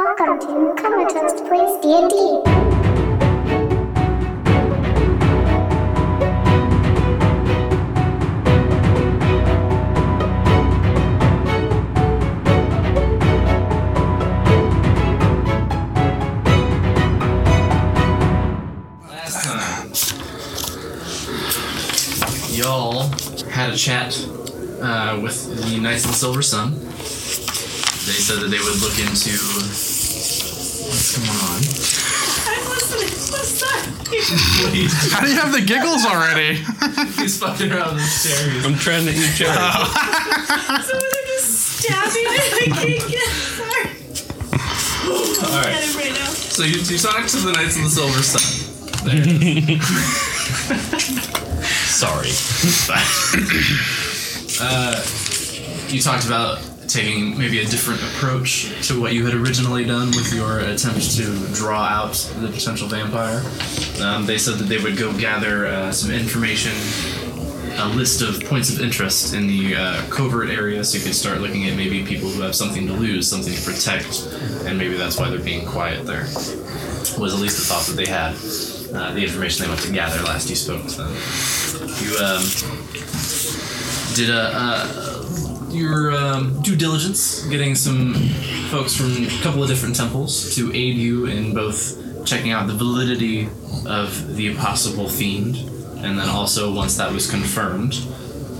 welcome to your Comatose Plays D&D. y'all had a chat uh, with the Knights of the Silver Sun. They said that they would look into what's going on. I'm listening. What's that? He's- How do you have the giggles already? He's fucking around with his cherries. I'm trying to eat cherry. Uh, Someone just stabbing me. I can't get far. All Get right. him right now. So you, you talked to the Knights of the Silver Sun. There. Sorry. Uh, You talked about taking maybe a different approach to what you had originally done with your attempt to draw out the potential vampire. Um, they said that they would go gather uh, some information, a list of points of interest in the uh, covert area, so you could start looking at maybe people who have something to lose, something to protect, and maybe that's why they're being quiet there. Was at least the thought that they had. Uh, the information they went to gather last you spoke to them. You um, did a, a your um, due diligence, getting some folks from a couple of different temples to aid you in both checking out the validity of the possible fiend, and then also once that was confirmed,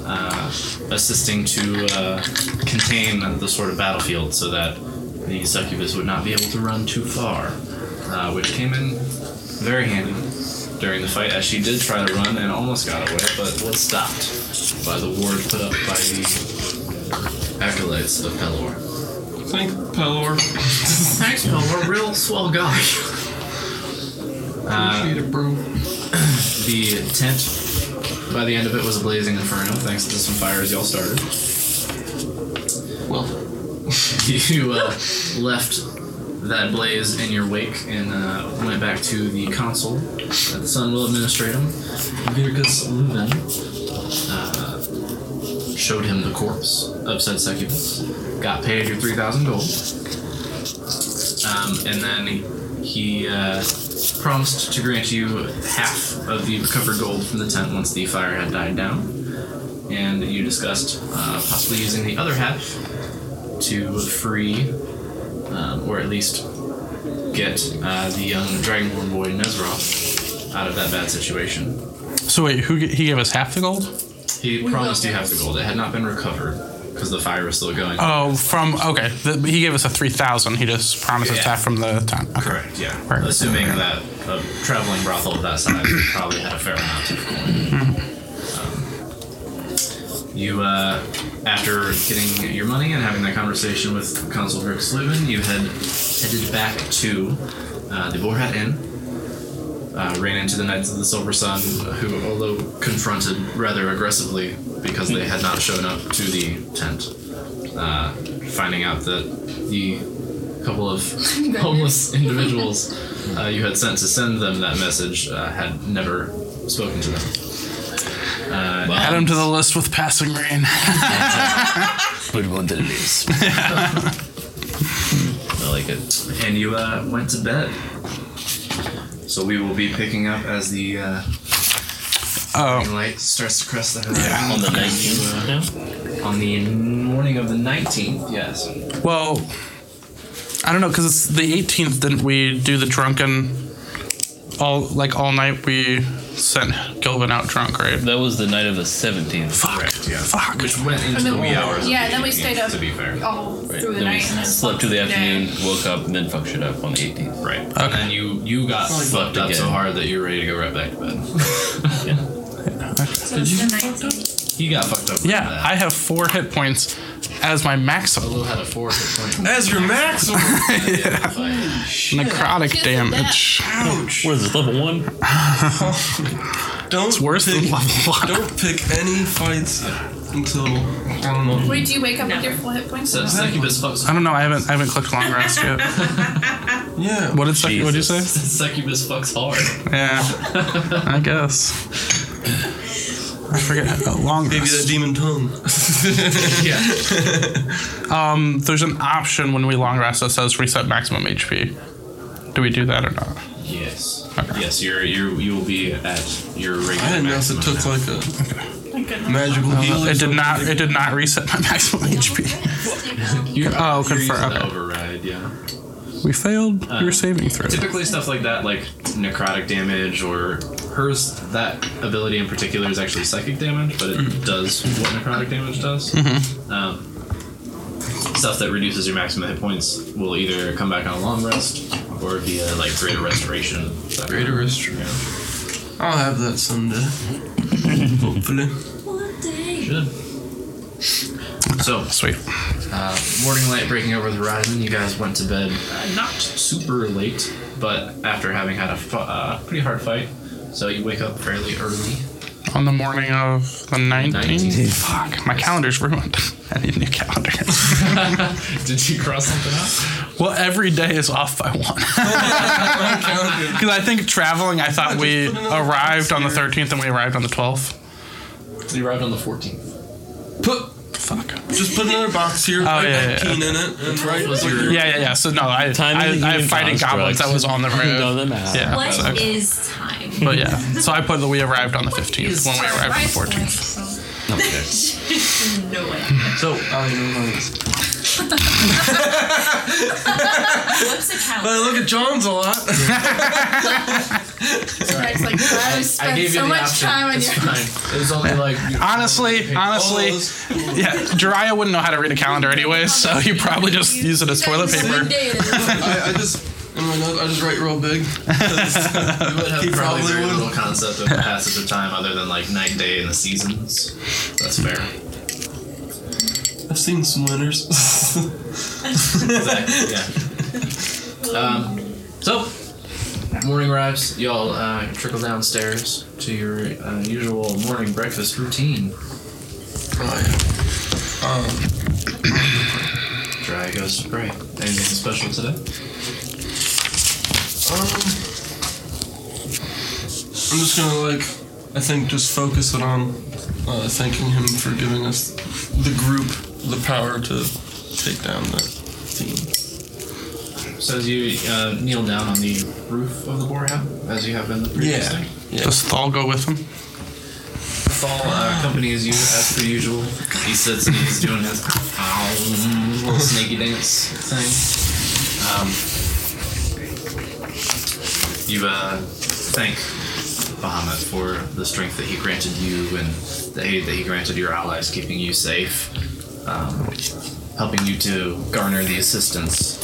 uh, assisting to uh, contain the sort of battlefield so that the succubus would not be able to run too far, uh, which came in very handy during the fight as she did try to run and almost got away, but was stopped by the ward put up by the acolytes of Pelor. Thank Pelor. Thanks, Pelor. Real swell guy. Appreciate it, bro. The tent, by the end of it, was a blazing inferno, thanks to some fires y'all started. Well, You uh, left that blaze in your wake and uh, went back to the consul at the Sun Will Administratum. Virgus Luvin uh, showed him the corpse of said succubus. Got paid your 3,000 gold. Um, and then he uh, promised to grant you half of the recovered gold from the tent once the fire had died down. And you discussed uh, possibly using the other half to free, um, or at least get uh, the young Dragonborn boy Nezroth out of that bad situation. so wait, who g- he gave us half the gold? He promised you half the gold. It had not been recovered because the fire was still going. Oh, from okay. The, he gave us a three thousand. He just promised us Yeah. half from the town. Okay. Correct. Yeah. Right. Assuming that a traveling brothel of that size probably had a fair amount of coin. Um, you, uh, after getting your money and having that conversation with Consul Rex Lubin, you had headed back to uh, the Boar Hat Inn. Uh, ran into the Knights of the Silver Sun, who, although confronted rather aggressively because they had not shown up to the tent, uh, finding out that the couple of homeless individuals uh, you had sent to send them that message uh, had never spoken to them. Uh, Add him to the list with passing rain. put him on the list. I like it. and you uh, went to bed. So we will be picking up as the uh, Oh, green light starts to crest the horizon. Uh, Yeah. On On the 19th now? the morning of the 19th, yes. well, I don't know because it's the eighteenth. Didn't we do the drunken? All like all night we sent Gilvin out drunk, right? That was the night of the 17th. Fuck. yeah. Fuck. Which went into And the then wee we- hours. of yeah, the then we 18th, stayed up. To be fair. All through the Then we night. and then slept through the today. afternoon, woke up, and then functioned up on the 18th. Right. And then you you got fucked up so again. hard that you're ready to go right back to bed. Yeah. So it's the 19th. he got fucked up. Yeah, with that. I have four hit points as my maximum Lil had a four hit point. As your maximum. Fight. necrotic Kiss the damage. What is this, level one? Don't It's worse than pick, level one. don't pick any fights until I don't know. Wait, do you wake up with your full hit points? So succubus fucks. I don't know. I haven't I haven't clicked long rest yet. Yeah. What did Suck- what did you Jesus. say? succubus fucks hard. Yeah, I guess. I forget how long. Maybe rest. that demon tongue. Yeah. There's an option when we long rest that says reset maximum HP. Do we do that or not? yes. Yes, you're you you will be at your regular. I didn't know if it maximum took now. like a Thank goodness. magical heal. or Uh, It did something. not. It did not reset my maximum HP. You're, Oh, you're good for- using the okay. override. Yeah. We failed your saving throw. Typically, stuff like that, like necrotic damage or hers, that ability in particular is actually psychic damage, but it Mm-hmm. does what necrotic damage does. Um, stuff that reduces your maximum hit points will either come back on a long rest or via like greater restoration. Greater restoration. I'll have that someday. Hopefully. Should. So, Sweet. morning light breaking over the horizon, you guys went to bed uh, not super late, but after having had a fu- uh, pretty hard fight, so you wake up fairly early. On the morning of the 19th. 19th. Fuck, my calendar's ruined. I need a new calendar. Did you cross something out? well, every day is off by one. Because I think traveling, I thought we arrived on the 13th and we arrived on the 12th. You arrived on the 14th. Put Fuck. just put another box here, write Oh, yeah, yeah, 19 in it, and write Was what your- your Yeah, yeah, yeah. So, no, I, Time I, is a I, human fighting goblins. construct. I was on the road. the math. Yeah. What is so- time? but yeah. So I put that we arrived on the 15th when we arrived on the 14th. no way. So, I don't know. What's a But I calendar? look at John's a lot. It's like, I I spent gave you so the much option. time on it's your. fine. It was only like Honestly, honestly, yeah, Jiraiya wouldn't know how to read a calendar anyway, so he probably just use it as toilet One paper. day it is. I, I just in my notes, I just write real big. you would have He probably, probably very would. little concept of the passage of time other than like night, day, and the seasons. That's fair. I've seen some winners. Exactly. Yeah. Um, so, morning arrives. Y'all uh, trickle downstairs to your uh, usual morning breakfast routine. oh, yeah. Um, Dry goes to pray. Anything special today? Um, I'm just gonna like, I think just focus it on uh, thanking him for giving us the group the power to take down that theme. So as you uh, kneel down on the roof of the borehouse, as you have been the previous Yeah. day, Yeah. Does Thal go with him? Thal uh, accompanies you as per usual. He sits and he's doing his um, little snaky dance thing. Um, you uh, thank Bahamut for the strength that he granted you and the aid that he granted your allies, keeping you safe, um, helping you to garner the assistance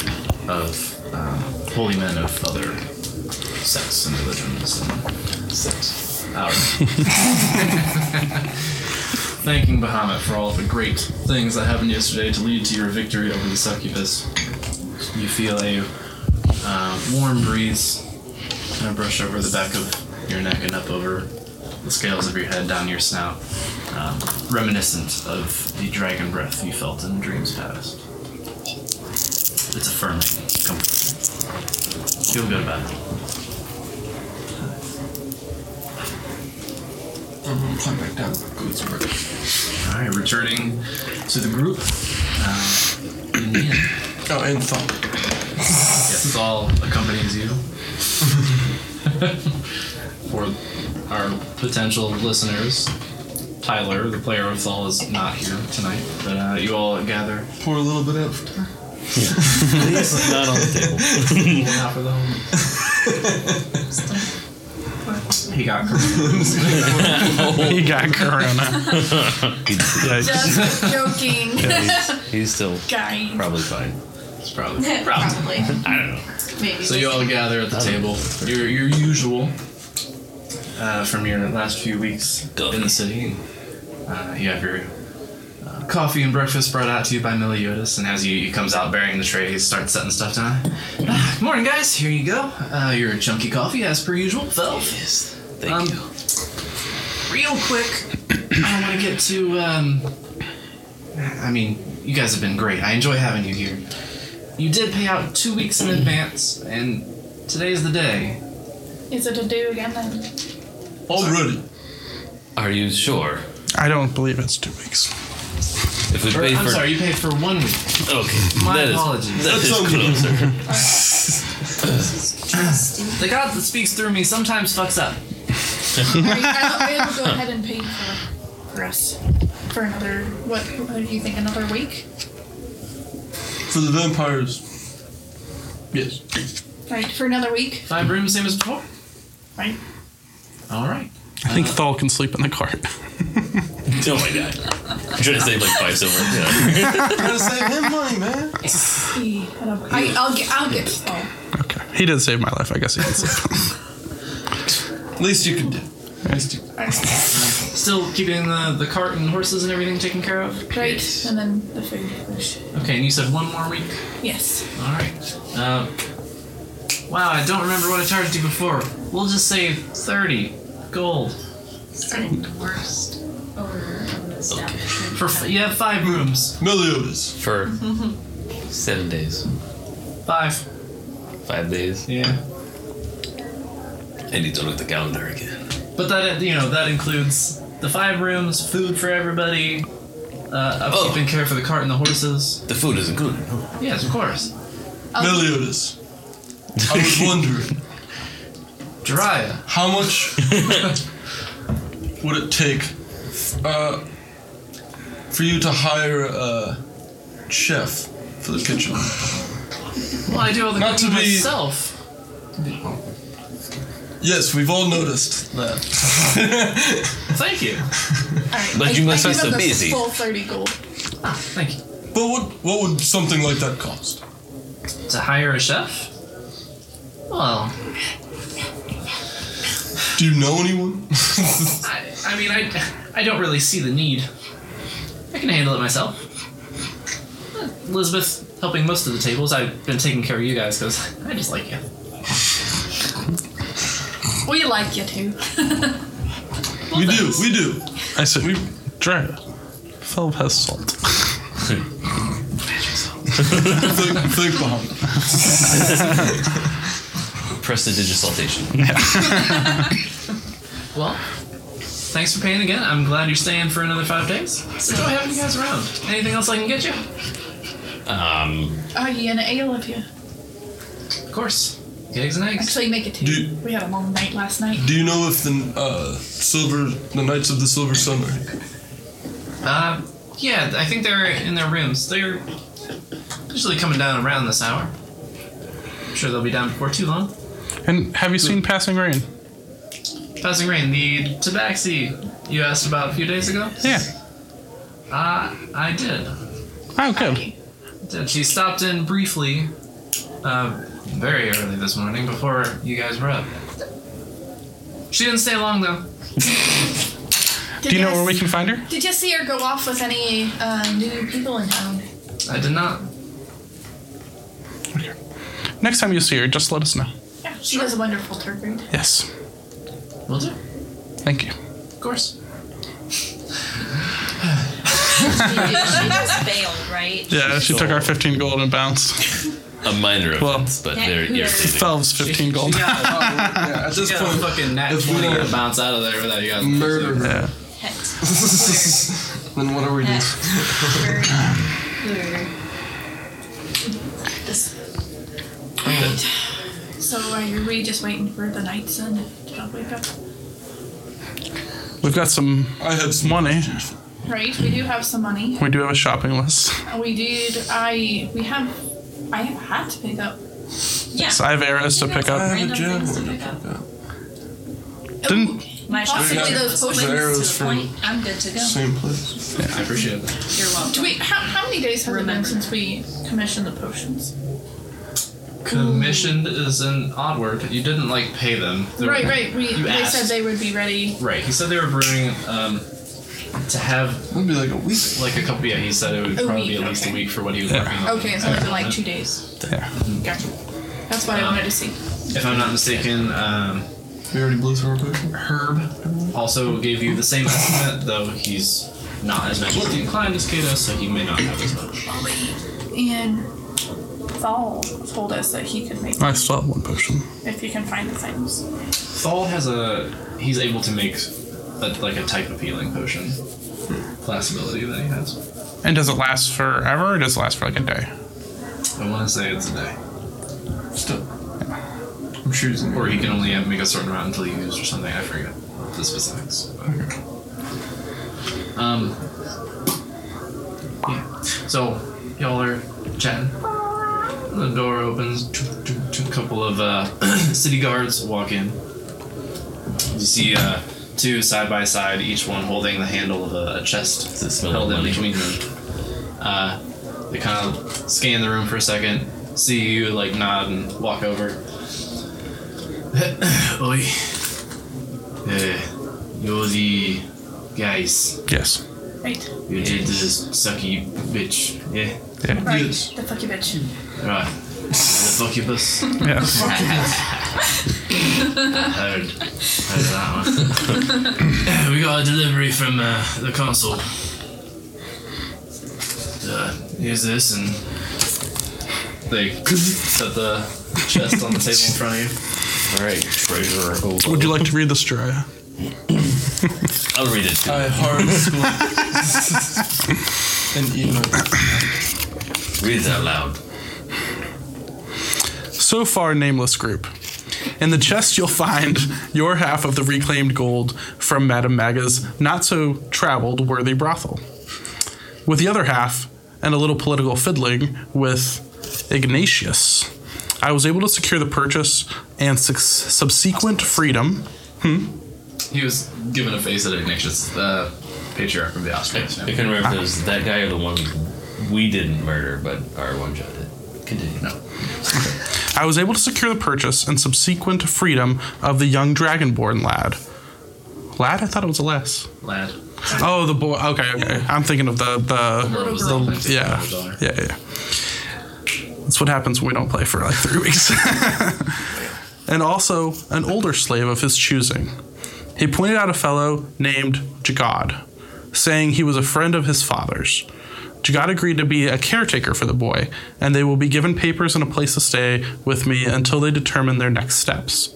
of um, holy men of other sects and religions and sects. I don't know thanking Bahamut for all of the great things that happened yesterday to lead to your victory over the succubus. You feel a uh, warm breeze kind of brush over the back of your neck and up over the scales of your head, down your snout, um, reminiscent of the dragon breath you felt in dreams past. It's affirming, comforting. Feel good about it. I'm gonna climb back down. Go get some breakfast. All right, returning to the group. Uh, in the end. Oh, and thought. Yes, Saul accompanies you. For our potential listeners, Tyler, the player of Saul, is not here tonight, but uh, you all gather. Pour a little bit out. Not on the table. One out for the homies. he got corrupted. He got corona. Yikes. Just joking. he's, he's still Dying. probably fine. It's probably. Probably. I don't know. Maybe. So you all gather at the table, your your usual, uh, from your last few weeks in the city. Uh, you have your uh, coffee and breakfast brought out to you by Meliodas, and as you, he comes out bearing the tray, he starts setting stuff down. Ah, good morning, guys. Here you go. Uh, your chunky coffee, as per usual. Velv. Yes. Thank Um, you. Real quick, I want to get to. Um, I mean, you guys have been great. I enjoy having you here. You did pay out two weeks in advance, and today's the day. Is it a do again? Then? Already. Are you sure? I don't believe it's two weeks. If we Or, pay I'm for sorry, you paid for one week. okay, My that is- apologies. that is closer. The god that speaks through me sometimes fucks up. I will go ahead and pay for us for another. What, what do you think? Another week? For the vampires. Yes. Right, for another week. Five rooms, same as before. Right. All right. I think Thal can sleep in the cart. Oh my god! I'm trying to save like five silver. Yeah. Gotta save him money, man. See, I don't- I, I'll get. I'll get. Oh, Okay. He did save my life. I guess he can sleep. Least you can do. Least you. Still keeping the, the cart and horses and everything taken care of? great. And then the food. which- Okay, and you said one more week? Yes. All right. Uh, wow, I don't remember what I charged you before. We'll just say 30 gold. Starting the worst odor of the establishment. For f- You have five rooms. Meliodas. For seven days, Five. five days. Yeah. I need to look at the calendar again. But that, you know, that includes the five rooms, food for everybody, uh, upkeep Oh. and care for the cart and the horses. The food is included. Huh? Yes, of course. Meliodas. I was wondering Jiraiya. how much would it take uh, for you to hire a chef for the kitchen? Well, I do all the Not to cooking be- myself. Yes, we've all noticed that. Thank you. All right. But I- you must I be give so him the busy. Full thirty gold. Ah, Thank you. but what what would something like that cost? To hire a chef? Well, Do you know anyone? I, I mean, I, I don't really see the need. I can handle it myself. Uh, Elizabeth helping most of the tables. I've been taking care of you guys because I just like you. We like you too. we do, we do. I said, we dry. Philip has salt. think, think behind. it. Press the digitaltation. Well, thanks for paying again. I'm glad you're staying for another five days. It's enjoy having you guys around. Anything else I can get you? Um, Are Oh, you an ale of you? Of course. Eggs and eggs. Actually, make it two. Do- we had a long night last night. Do you know if the uh, silver, the Knights of the Silver Sun, are here? Uh, yeah, I think they're in their rooms. They're usually coming down around this hour. I'm sure they'll be down before too long. And have you seen Passing Rain? Passing Rain, the tabaxi you asked about a few days ago? Yeah. Uh, I did. Oh, good. did. She stopped in briefly, uh, very early this morning before you guys were up. She didn't stay long though. Did Do you know guys- where we can find her? Did you see her go off with any uh, new people in town? I did not. Next time you see her, just let us know. Yeah, she does a wonderful turkey. Yes. Will do. Thank you. Of course. She just failed, right? Yeah, she took our 15 gold and bounced. a minor Well- offense, but Yeah, very who knows? irritating. Felv's 15 gold. Oh, Yeah, at this Yeah, point, fucking nat if we 20 don't- to bounce out of there without you guys. murder her. Yeah. Het. then what are we doing? Het. Lure. This So are we just waiting for the night sun to not wake up? We've got some I had some money. Right, we do have some money. We do have a shopping list. We did. I we have. I have a hat to pick up. yeah. So I have arrows to pick I up. had a Random gem. things to pick up. Didn't My Possibly shopping those was potions quick arrows to the point. I'm good to go. Same place. I appreciate that. You're welcome. Do we? How, how many days has Remember. it been since we commissioned the potions? Commissioned is an odd word. You didn't like pay them. They were- right, right. We you they asked. said they would be ready. Right. He said they were brewing um, to have That'd be like a week. like a couple. Yeah, he said it would A probably week, be at least okay. a week for what he was working on. Okay, so it's been like two days. yeah. Gotcha. That's what I wanted to see. If I'm not mistaken, um, We already blew through our potion. Herb also gave you the same estimate, though he's not as magically inclined as Kato, so he may not have as much. And Thal told us that he could make I still have one potion. if you can find the things. Thal has a. He's able to make a, like a type of healing potion class ability that he has. And does it last forever or does it last for like a day? I want to say it's a day. Still. I'm sure he's in Or he can only have- make a certain amount until you use or something. I forget the specifics. But. Um. Yeah. So y'all are chatting. The door opens. A couple of uh, city guards walk in. You see uh, two side by side, each one holding the handle of a, a chest Does it smell held like in between money? them. Uh, they kind of scan the room for a second, see you, like nod and walk over. Oi. Uh, you're the guys. Yes. Right. You did the sucky bitch. Yeah. Yeah. Right. The fuck you bitch. Right. the succubus. Yes. Heard. Heard that one. we got a delivery from uh, the consul. Uh, here's this, and they set the chest on the table in front of you. All right, treasurer. Obo. Would you like to read this, Jiraiya? I'll read it. Too. I hard school. and emo. read it out loud. So far, nameless group. In the chest, you'll find your half of the reclaimed gold from Madame Maga's not so traveled worthy brothel. With the other half, and a little political fiddling with Ignatius, I was able to secure the purchase and su- subsequent freedom. He was giving a face at Ignatius, the patriarch of the Austrians. I couldn't remember if it was that guy or the one we didn't murder, but our one shot did. Continue. No. I was able to secure the purchase and subsequent freedom of the young dragonborn lad. Lad? I thought it was a lass. Lad. Oh, the boy. Okay, okay. I'm thinking of the the Little girl. the yeah, yeah, yeah. That's what happens when we don't play for like three weeks. and also an older slave of his choosing. He pointed out a fellow named Jagad, saying he was a friend of his father's. Jagad agreed to be a caretaker for the boy, and they will be given papers and a place to stay with me until they determine their next steps.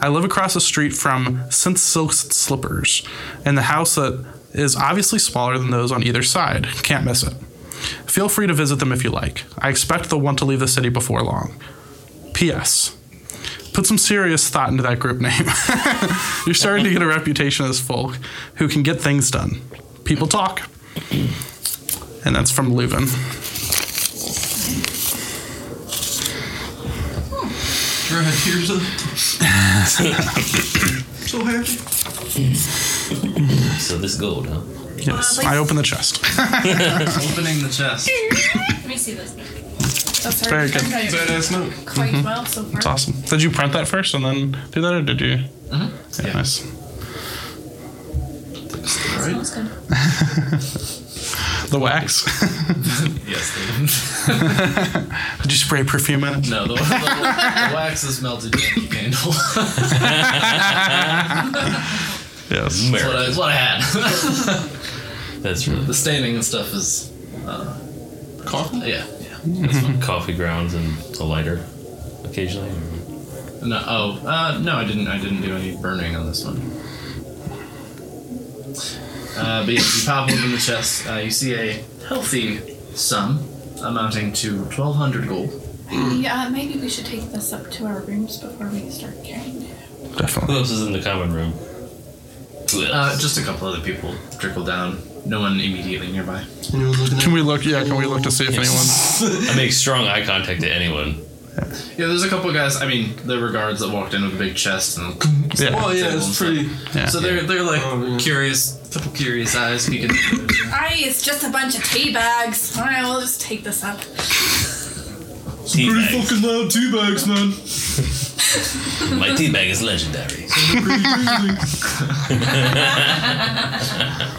I live across the street from Since Silks and Slippers, and the house that is obviously smaller than those on either side. Can't miss it. Feel free to visit them if you like. I expect they'll want to leave the city before long. P.S. Put some serious thought into that group name. You're starting to get a reputation as folk who can get things done. People talk. And that's from Leuven. Right, here's a. so happy. So this gold, huh? Yes. I open the chest. Opening the chest. Let me see this. That's Very good. Badass note. Quite well so far. It's awesome. Did you print that first and then do that, or did you? Yeah, Yeah. Nice. Smells good. The wax. Yes, they did. Did you spray perfume in it? No, the, the, the wax is melted Yankee candle. That's Yes. what I, Merit. that's what I had. That's really the staining and stuff is. uh, Coffee? Yeah. yeah. coffee grounds and a lighter occasionally. No, oh, uh, no, I didn't. I didn't do any burning on this one. Uh, but yeah, you pop open the chest. Uh, you see a healthy sum amounting to twelve hundred gold. Yeah, maybe we should take this up to our rooms before we start carrying it. Who Definitely. else is in the common room? Who Uh, else? just a couple other people trickle down. No one immediately nearby. Anyone looking at Can we look? Yeah, can we look to see if anyone? I make strong eye contact to anyone. Yeah, there's a couple guys. I mean, there were guards that walked in with a big chest and Yeah. Oh, yeah, it's pretty. yeah. So they're they're like Oh, yeah. curious, couple curious eyes peeking. through. Aye, it's just a bunch of tea bags. All right, we'll just take this up. Tea bag. fucking loud tea bags, man. My tea bag is legendary.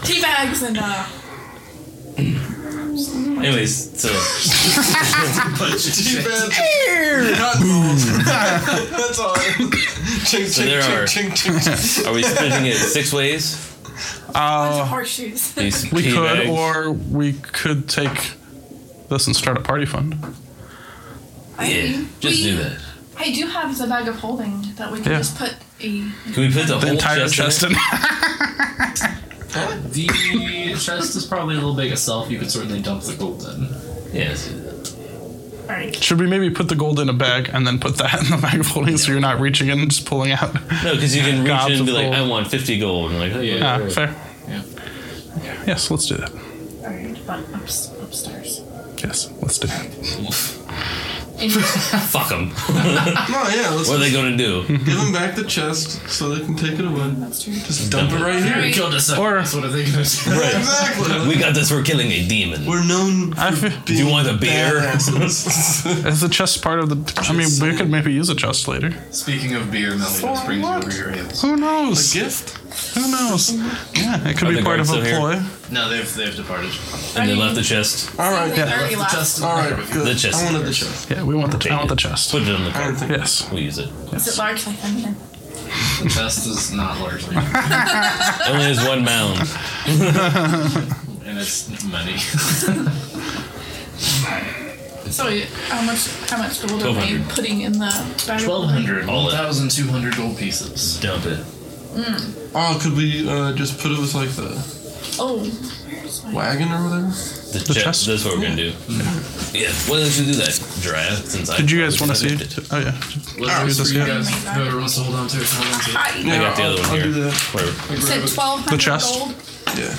Tea bags and uh, Anyways, so Tea bags. Not balls. That's all. Ching, So ching, there are- ching, ching, ching, ching. are we splitting it six ways? bunch of Uh, horseshoes. These we tea could, bags? or we could take this and start a party fund. I yeah, mean, just we- do that. I do have the bag of holding that we can Yeah. just put a. Can we put the, The whole entire chest chest, in? in. The chest is probably a little big itself. You could certainly dump the gold in. Yes. Yeah, Alright. Should we maybe put the gold in a bag and then put that in the bag of holding so you're not reaching in and just pulling out? no, because you can reach Gobs in and be of like, gold. I want 50 gold. And like, oh, yeah. Ah, yeah, yeah. fair. Yeah. Yes, let's do that. Alright, but ups, upstairs. Yes, let's do it. Fuck them. No, yeah, let's what are they going to do? give them back the chest so they can take it away. That's true. Just dump it right here. We killed us. Or what are they gonna do? right. Exactly. We got this. We're killing a demon. We're known I for feel- being Do you want a beer? badasses. Is the chest part of the? I mean, we could maybe use a chest later. Speaking of beer, Melly just brings you over your heels. Who a knows? gift? Who knows? Yeah, it could Mm-hmm. Are be the part of guards a still here? ploy. No, they've they've departed. and they left the chest. All right. They already left. Just All right. Good. The chest. I wanted the chest. Yeah, we want the I want the chest. Put it on the I card. don't think. Yes. We'll use it. Is it large like feminine? the chest is not largely, Only has one mound. and it's many. So wait, how much how much gold are we 1200. putting in the bag? of Twelve hundred, All one in. thousand two hundred gold pieces. Dump it. Oh, could we uh, just put it with like the Oh, where's my wagon or whatever? The, The chest. chest? That's what we're going to do. Yeah. Why don't you do that, Drea? Since I Did you guys want probably to see? did it. Oh yeah. Let's this for you guy. guys. Whoever wants to hold on to it, hold on to it. I I got the Yeah, other one I'll- I'll here. do that. Where- you said twelve The hundred chest? gold. Yeah.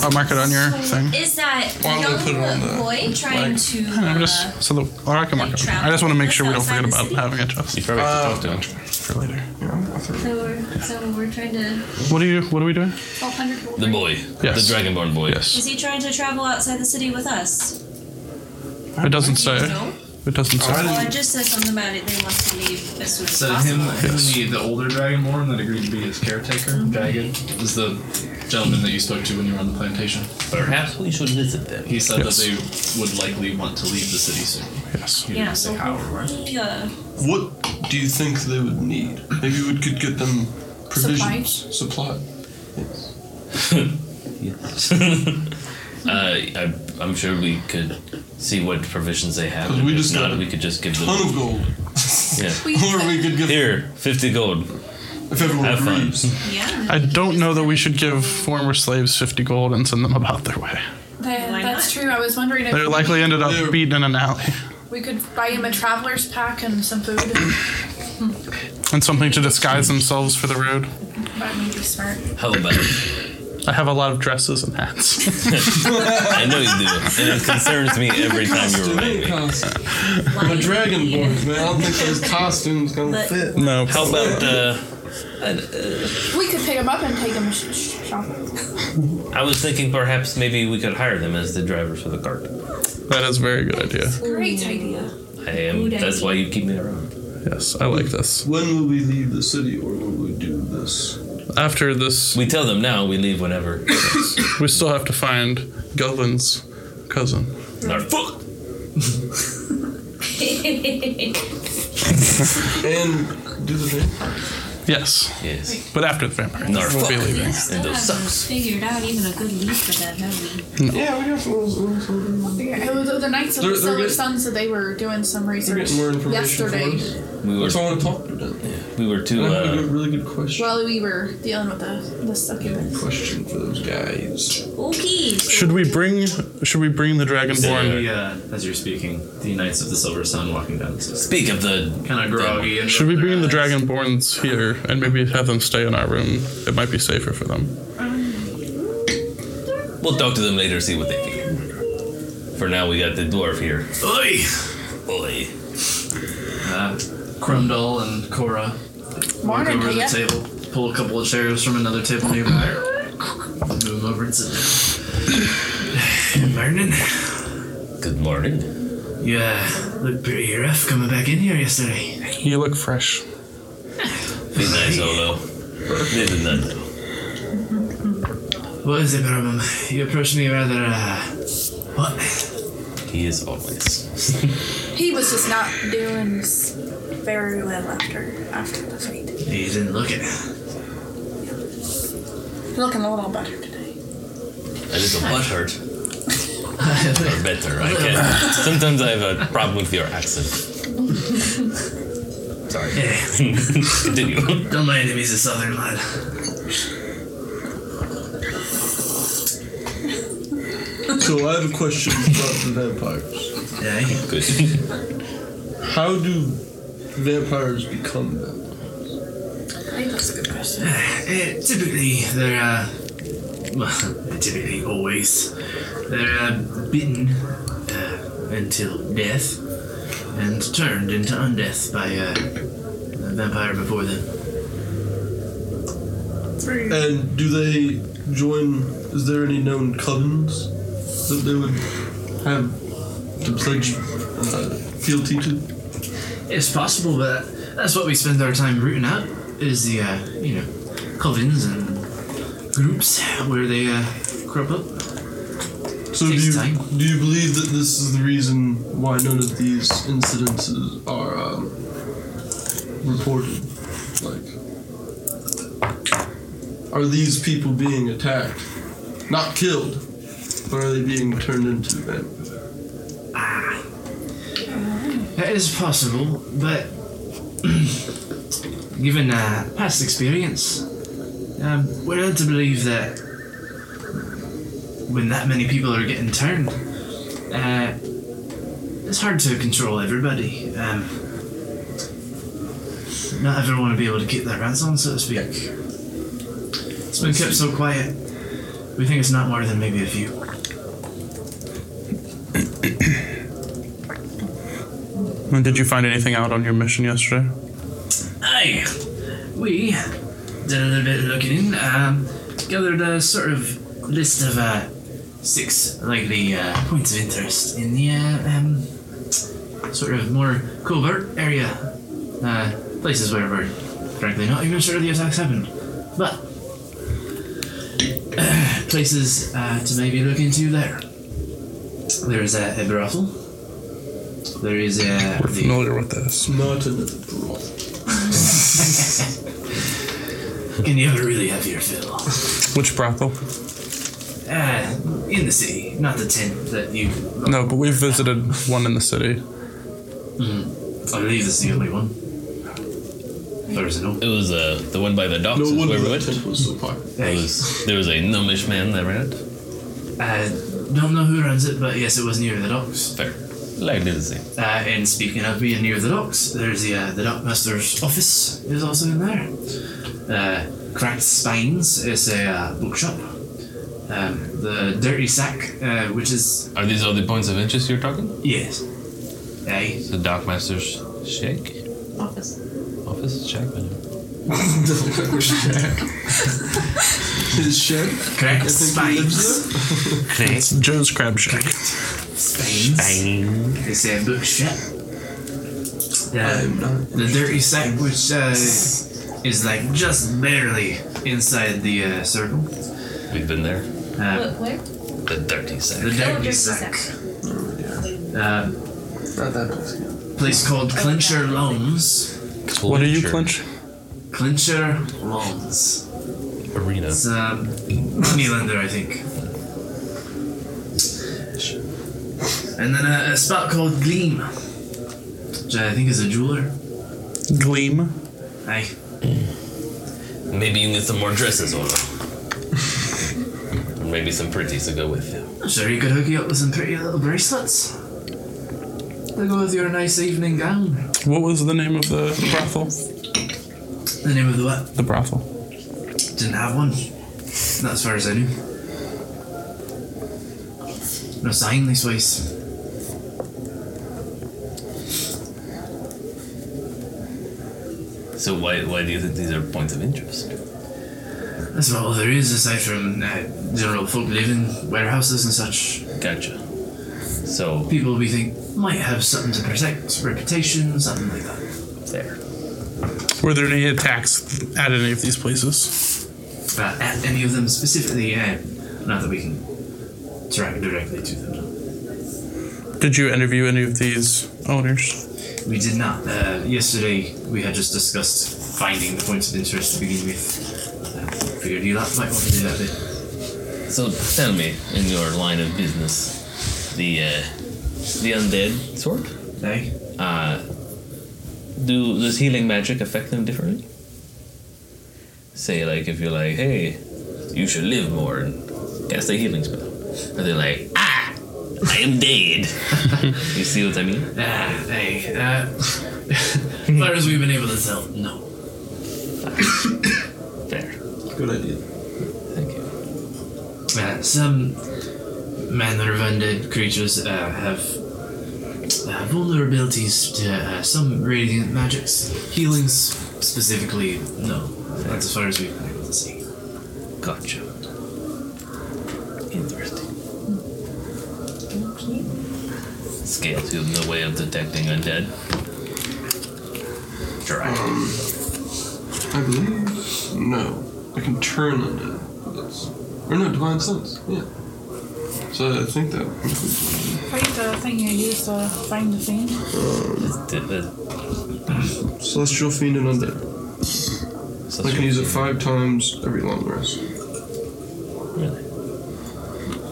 I'll mark it on your thing. Is that Why don't we put it on the young boy trying leg? to? Yeah, I'm uh, just so the or oh, I can mark it. I just want to make sure we don't forget about having a chest You probably have to talk to him. Uh, for later. So we're, so we're trying to. What are you? What are we doing? Twelve hundred gold. The boy. Yes. The dragonborn boy. Yes. Is he trying to travel outside the city with us? It doesn't say. No. It doesn't I say. Well, I didn't- just said something about it. They want to leave as soon as So him, possible. him the, the older dragonborn that agreed to be his caretaker, Jagged, is the gentleman that you spoke to when you were on the plantation. Perhaps we should visit them. He said Yes. that they would likely want to leave the city soon. Yes. He Yeah. didn't say how or where. Yeah. What do you think they would need? Maybe we could get them provisions. Supplies? Supply. Uh, I, I'm sure we could see what provisions they have. Because we If just not, got a we could just give them. Ton of gold. yeah. We or we could give Here, 50 gold. if everyone Have fun. agrees. Yeah. I don't know that we should give former slaves 50 gold and send them about their way. That- Why that's not? true. I was wondering if They likely ended Yeah. up beaten in an alley. we could buy him a traveler's pack and some food. And something to disguise themselves for the road. That may be smart. How about it? I have a lot of dresses and hats. I know you do. And it concerns me every time you remind me. Costume. Why I'm a not? dragon boy, man. I don't think those costumes gonna But- fit. no. How about, uh, We could pick him up and take him sh- sh- shopping. I was thinking perhaps maybe we could hire them as the drivers for the cart. That is a very good idea. Great idea. I am, Good that's idea. why you keep me around. Yes, I like this. When will we leave the city, or will we do this? After this, We tell them now, we leave whenever. we still have to find Gulvin's cousin. Our fuck! And do the thing. Yes, Yes. but after the vampire. No, we'll be fuck. leaving. Still And those haven't sucks. figured out even a good lead for that, have we? Yeah, we got some little, little, little. Yeah, the, the Knights of They're- the they're Silver getting- Sun said they were doing some We're research getting more information. yesterday. For us. We were, That's why I want to talk to them. we were too, I have a uh, good, really good question. While we were dealing with the the succubus. question for those guys. Okay. so- Should we bring? Should we bring the dragonborn? The, uh, as you're speaking, the Knights of the Silver Sun walking down the stairs. speak of the Kind of groggy. And Should we bring the their eyes- dragonborns here and maybe have them stay in our room? It might be safer for them. We'll talk to them later, see what they think. For now, we got the dwarf here. Oi! Boy. Uh, Crumdall and Cora walk Morning over to to the ya. table, pull a couple of chairs from another table nearby, move over and sit down. Morning. Good morning. Yeah, looked pretty rough coming back in here yesterday. You look fresh. Be nice, Olo. This is not What is the problem? You approached me rather, uh, what? He is always. He was just not doing s- very well after after the fight. You didn't look it. Looking a little better today. I just a butt hurt. or better, I can. Sometimes I have a problem with your accent. Sorry. Yeah, Continue. don't mind him, he's a southern lad. So I have a question about the vampires. Yeah. Good. How do vampires become vampires? I think that's a good question. Uh, typically, they're uh, well, typically always they're uh, bitten uh, until death, and turned into undeath by uh, a vampire before them. And do they join? Is there any known covens that they would have to pledge uh, fealty to? It's possible, but that's what we spend our time rooting out is the uh, you know covens and groups where they uh, crop up. So do Takes you, time. do you believe that this is the reason why none of these incidences are um, reported? Like, are these people being attacked, not killed, but are they being turned into vampires? That is possible, but given uh, past experience, um, we're led to believe that when that many people are getting turned, uh, it's hard to control everybody. Um, not everyone will be able to keep their hands on, so to speak. It's been kept so quiet. We think it's not more than maybe a few. And did you find anything out on your mission yesterday? Aye, we did a little bit of looking in, um, gathered a sort of list of uh, six likely uh, points of interest in the uh, um, sort of more covert area, uh, places where we're frankly not even sure the attacks happened, but places uh, to maybe look into there. There is a, a brothel. There is a We're the- familiar with this. Not in the brawl. Can you ever really have your fill? Which brothel? Uh, in the city, not the tent that you. No, but we've visited one in the city. I believe this is the only one. There is no. It was uh, the one by the docks. No is wonder where we that went. tent was so popular. There was, there was a gnomish man that ran it. I Uh, don't know who runs it, but yes, it was near the docks. Fair. Likely the same. Uh, and speaking of being near the docks, there's the uh, the dockmaster's office is also in there. Uh, Cracked Spines is a uh, bookshop. Um, the Dirty Sack, uh, which is Are these all the points of interest you're talking? yes, aye. The dockmaster's shake? Office. Office check? His shed? Cracked Spines. It's Joe's Crab Shack. Spain's. It's a bookshop. Um, the dirty sack, which uh, is like just barely inside the uh, circle. We've been there. Uh, What, where? The dirty the sack. dirty dirty sack. Um, Not that bad. place called Clincher Loans. What do you Culture clench? Clincher Loans. Arena. It's um, Newlander, I think. And then a, a spot called Gleam, which I think is a jeweler. Gleam. Aye. Maybe you need some more dresses on. Or Maybe some pretties to go with. I'm sure you could hook you up with some pretty little bracelets. They go with your nice evening gown. What was the name of the brothel? The name of the what? The brothel. Didn't have one. Not as far as I knew. No sign this ways. So why why do you think these are points of interest? That's about all there is aside from uh, general folk living, warehouses and such. Gotcha. So People we think might have something to protect, reputation, something like that. there. Were there any attacks at any of these places? But at any of them specifically, uh, not that we can track directly to them. Did you interview any of these owners? We did not. Uh, yesterday, we had just discussed finding the points of interest to begin with. Uh, figured you lot might want to do that bit. So tell me, in your line of business, the uh, the undead sort? Eh? Uh, do does healing magic affect them differently? Say like if you're like, hey, you should live more and cast a healing spell. And they're like, ah I am dead. you see what I mean? Ah, hey, uh, as far as we've been able to tell, no. Fair. Good idea. Thank you. Uh, some manner of undead creatures uh, have uh, vulnerabilities to uh, some radiant magics. Healings, specifically, no. That's as far as we've been able to see. Gotcha. Interesting. Scale to the way of detecting undead. Sure. Um, I I believe. No. I can turn undead. That's, or no, divine sense. Yeah. So I think that includes. Find the thing you use to find the thing. did the Celestial Fiend and Undead. I can use it five times every long rest. Really?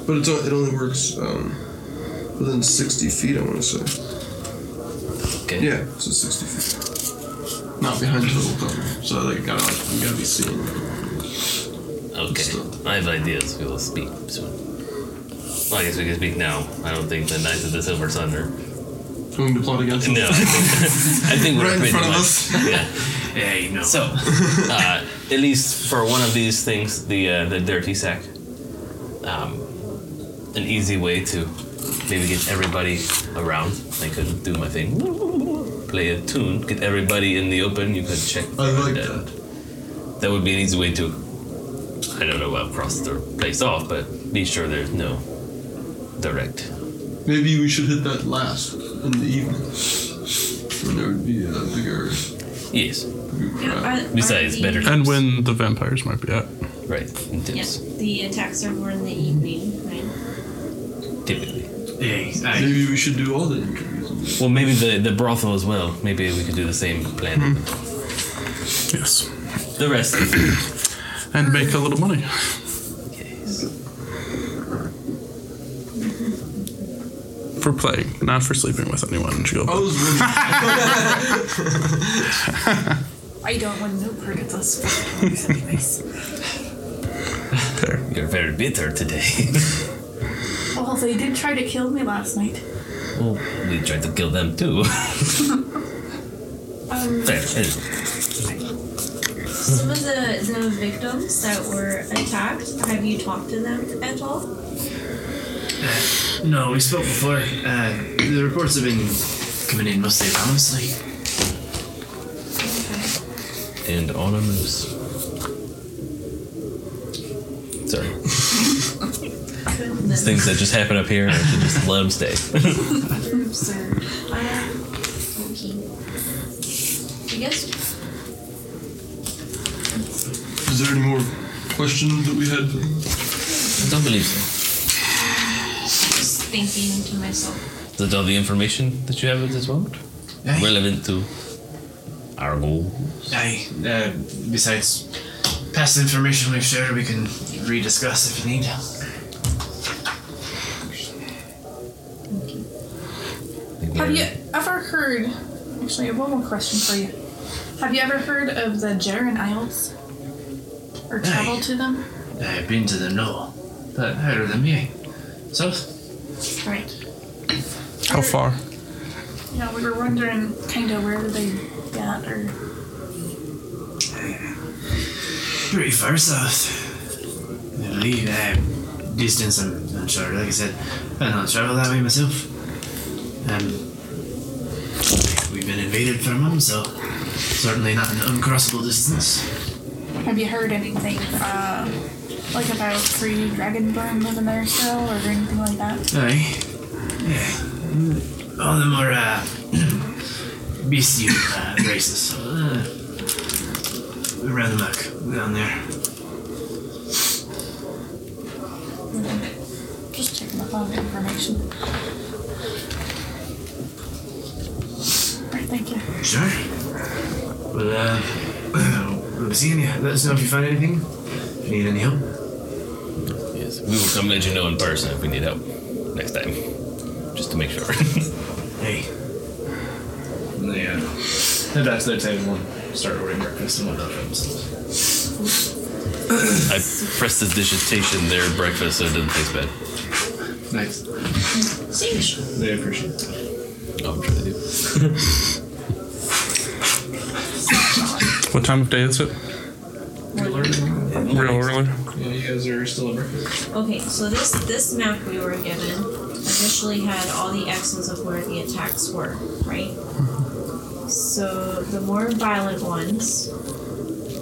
But it's, o- it only works um, within 60 feet, I want to say. Okay. Yeah, so 60 feet. Not behind total cover. So like, gotta, like, you gotta be seen. Okay. Stuff. I have ideas. We will speak soon. Well, I guess we can speak now. I don't think the Knights of the Silver Sun are. Going to plot against No. I think, I think we're Right in pretty front of much- us. Yeah. Hey, no. So, uh, at least for one of these things, the uh, the dirty sack, um, an easy way to maybe get everybody around. I could do my thing, play a tune, get everybody in the open. You could check. I like and, uh, that. That would be an easy way to, I don't know about cross the place off, but be sure there's no direct. Maybe we should hit that last in the evening. When there would be a bigger, Yes. bigger crowd. Are- Besides, are the- better to- And when the vampires might be up. Right. and Yeah, Tips. the attacks are more in the evening, right? Typically. Hey, I, Maybe we should do all the interviews. Well, maybe the, the brothel as well. Maybe we could do the same plan. Hmm. Yes. The rest. of it. And make a little money. For playing, not for sleeping with anyone. Jill. I was wondering. I don't want no crickets. That's anyways. Fair. You're very bitter today. Well, they Oh, did try to kill me last night. well, we tried to kill them too. Um, Fair. Some of the, the victims that were attacked, have you talked to them at all? no, we spoke before. Uh, the reports have been coming in mostly anonymously. And on a moose. Sorry. Goodness. Things that just happen up here, I should just let them stay. Sir. Uh, okay. I guess Is there any more questions that we had? I don't believe so. just thinking to myself. Is that all the information that you have at this moment? Aye. Relevant to our goal? Aye. Uh, besides, past information we've shared, we can rediscuss if you need. Have you ever heard? Actually, I have one more question for you. Have you ever heard of the Jaren Isles? Or traveled to them? I've Uh, been to the no, but heard of them, yeah. So, Right. How far? Yeah, we were wondering kind of where they got or pretty far south. I believe uh, distance, I'm not sure. Like I said, I don't travel that way myself. Um, we've been invaded for a month, so certainly not an uncrossable distance. have you heard anything uh, like about three dragonborn living there still or anything like that? Aye. Yeah. All the more uh, bestial uh, races. Uh, around the muck down there. Just checking up on information. Right, thank you. Sure. Well, uh, we'll be seeing you. Let us know if you find anything. If you need any help. Yes. We will come let you know in person if we need help next time. Just to make sure. Hey. And they uh, head back to their table and start ordering breakfast and whatnot for themselves. I pressed the digitation their breakfast so it doesn't taste bad. Nice. Thanks. They appreciate it. Oh, I'm sure they do. What time of day is it? Real early. Yeah, you guys are still at breakfast. Okay, so this this map we were given initially had all the X's of where the attacks were, right? So the more violent ones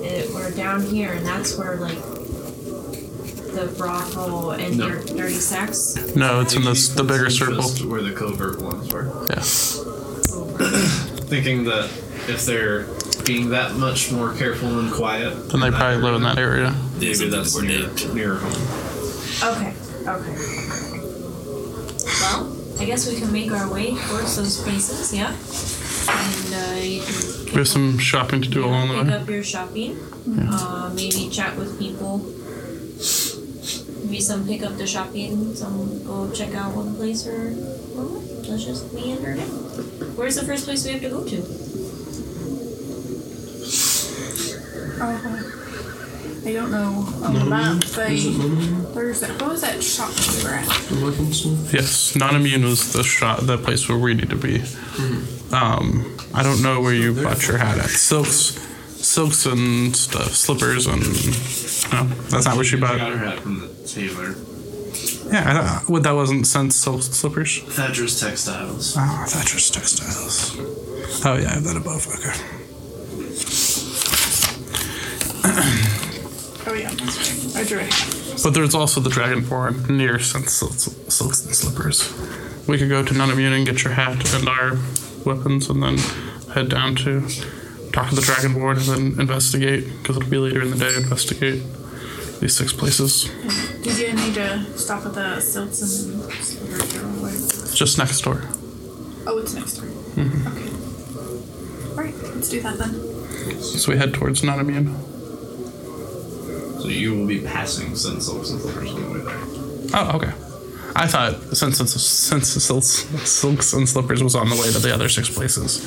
it, were down here, and that's where like the brothel and No. dir- dirty sex. No, it's in this the bigger It's circle. just Where the covert ones were. Yeah. Thinking that if they're being that much more careful and quiet, Then they probably live in that area. Maybe that's near, near home. Okay, okay. Well, I guess we can make our way towards those places, yeah. And uh, you can We have some shopping to do along the pick way. up your shopping. Uh, maybe chat with people. Maybe some pick up the shopping, some go check out one place or or what? Let's just meander down. Where's the first place we have to go to? Oh, I don't know on the map, but there's that. What was that shop we were at? The weaponsmith? Yes, non immune was the shot, the place where we need to be. Um, I don't know where you bought your hat at. Silks, silks and stuff, slippers and no, that's not what she Got bought. her hat from the tailor. Yeah, I don't, what that wasn't since silks and slippers. Thatcher's Textiles. Oh, Thatcher's Textiles. Oh yeah, I have that above. Okay. Oh yeah, that's right. I drew it. But there's also the Dragonborn near since Sil- Silks and Slippers. We could go to Nunimmune and get your hat and our weapons and then head down to talk to the Dragonborn and then investigate, because it'll be later in the day, investigate these six places. Did you need to stop at the silts and slippers or whatever? Just next door. Oh, it's next door. Okay. All right, let's do that then. So we head towards Nunimmune. So you will be passing since Silks and Slippers on the way there. Oh, okay. I thought since since, since Silks, Silks and Slippers was on the way to the other six places.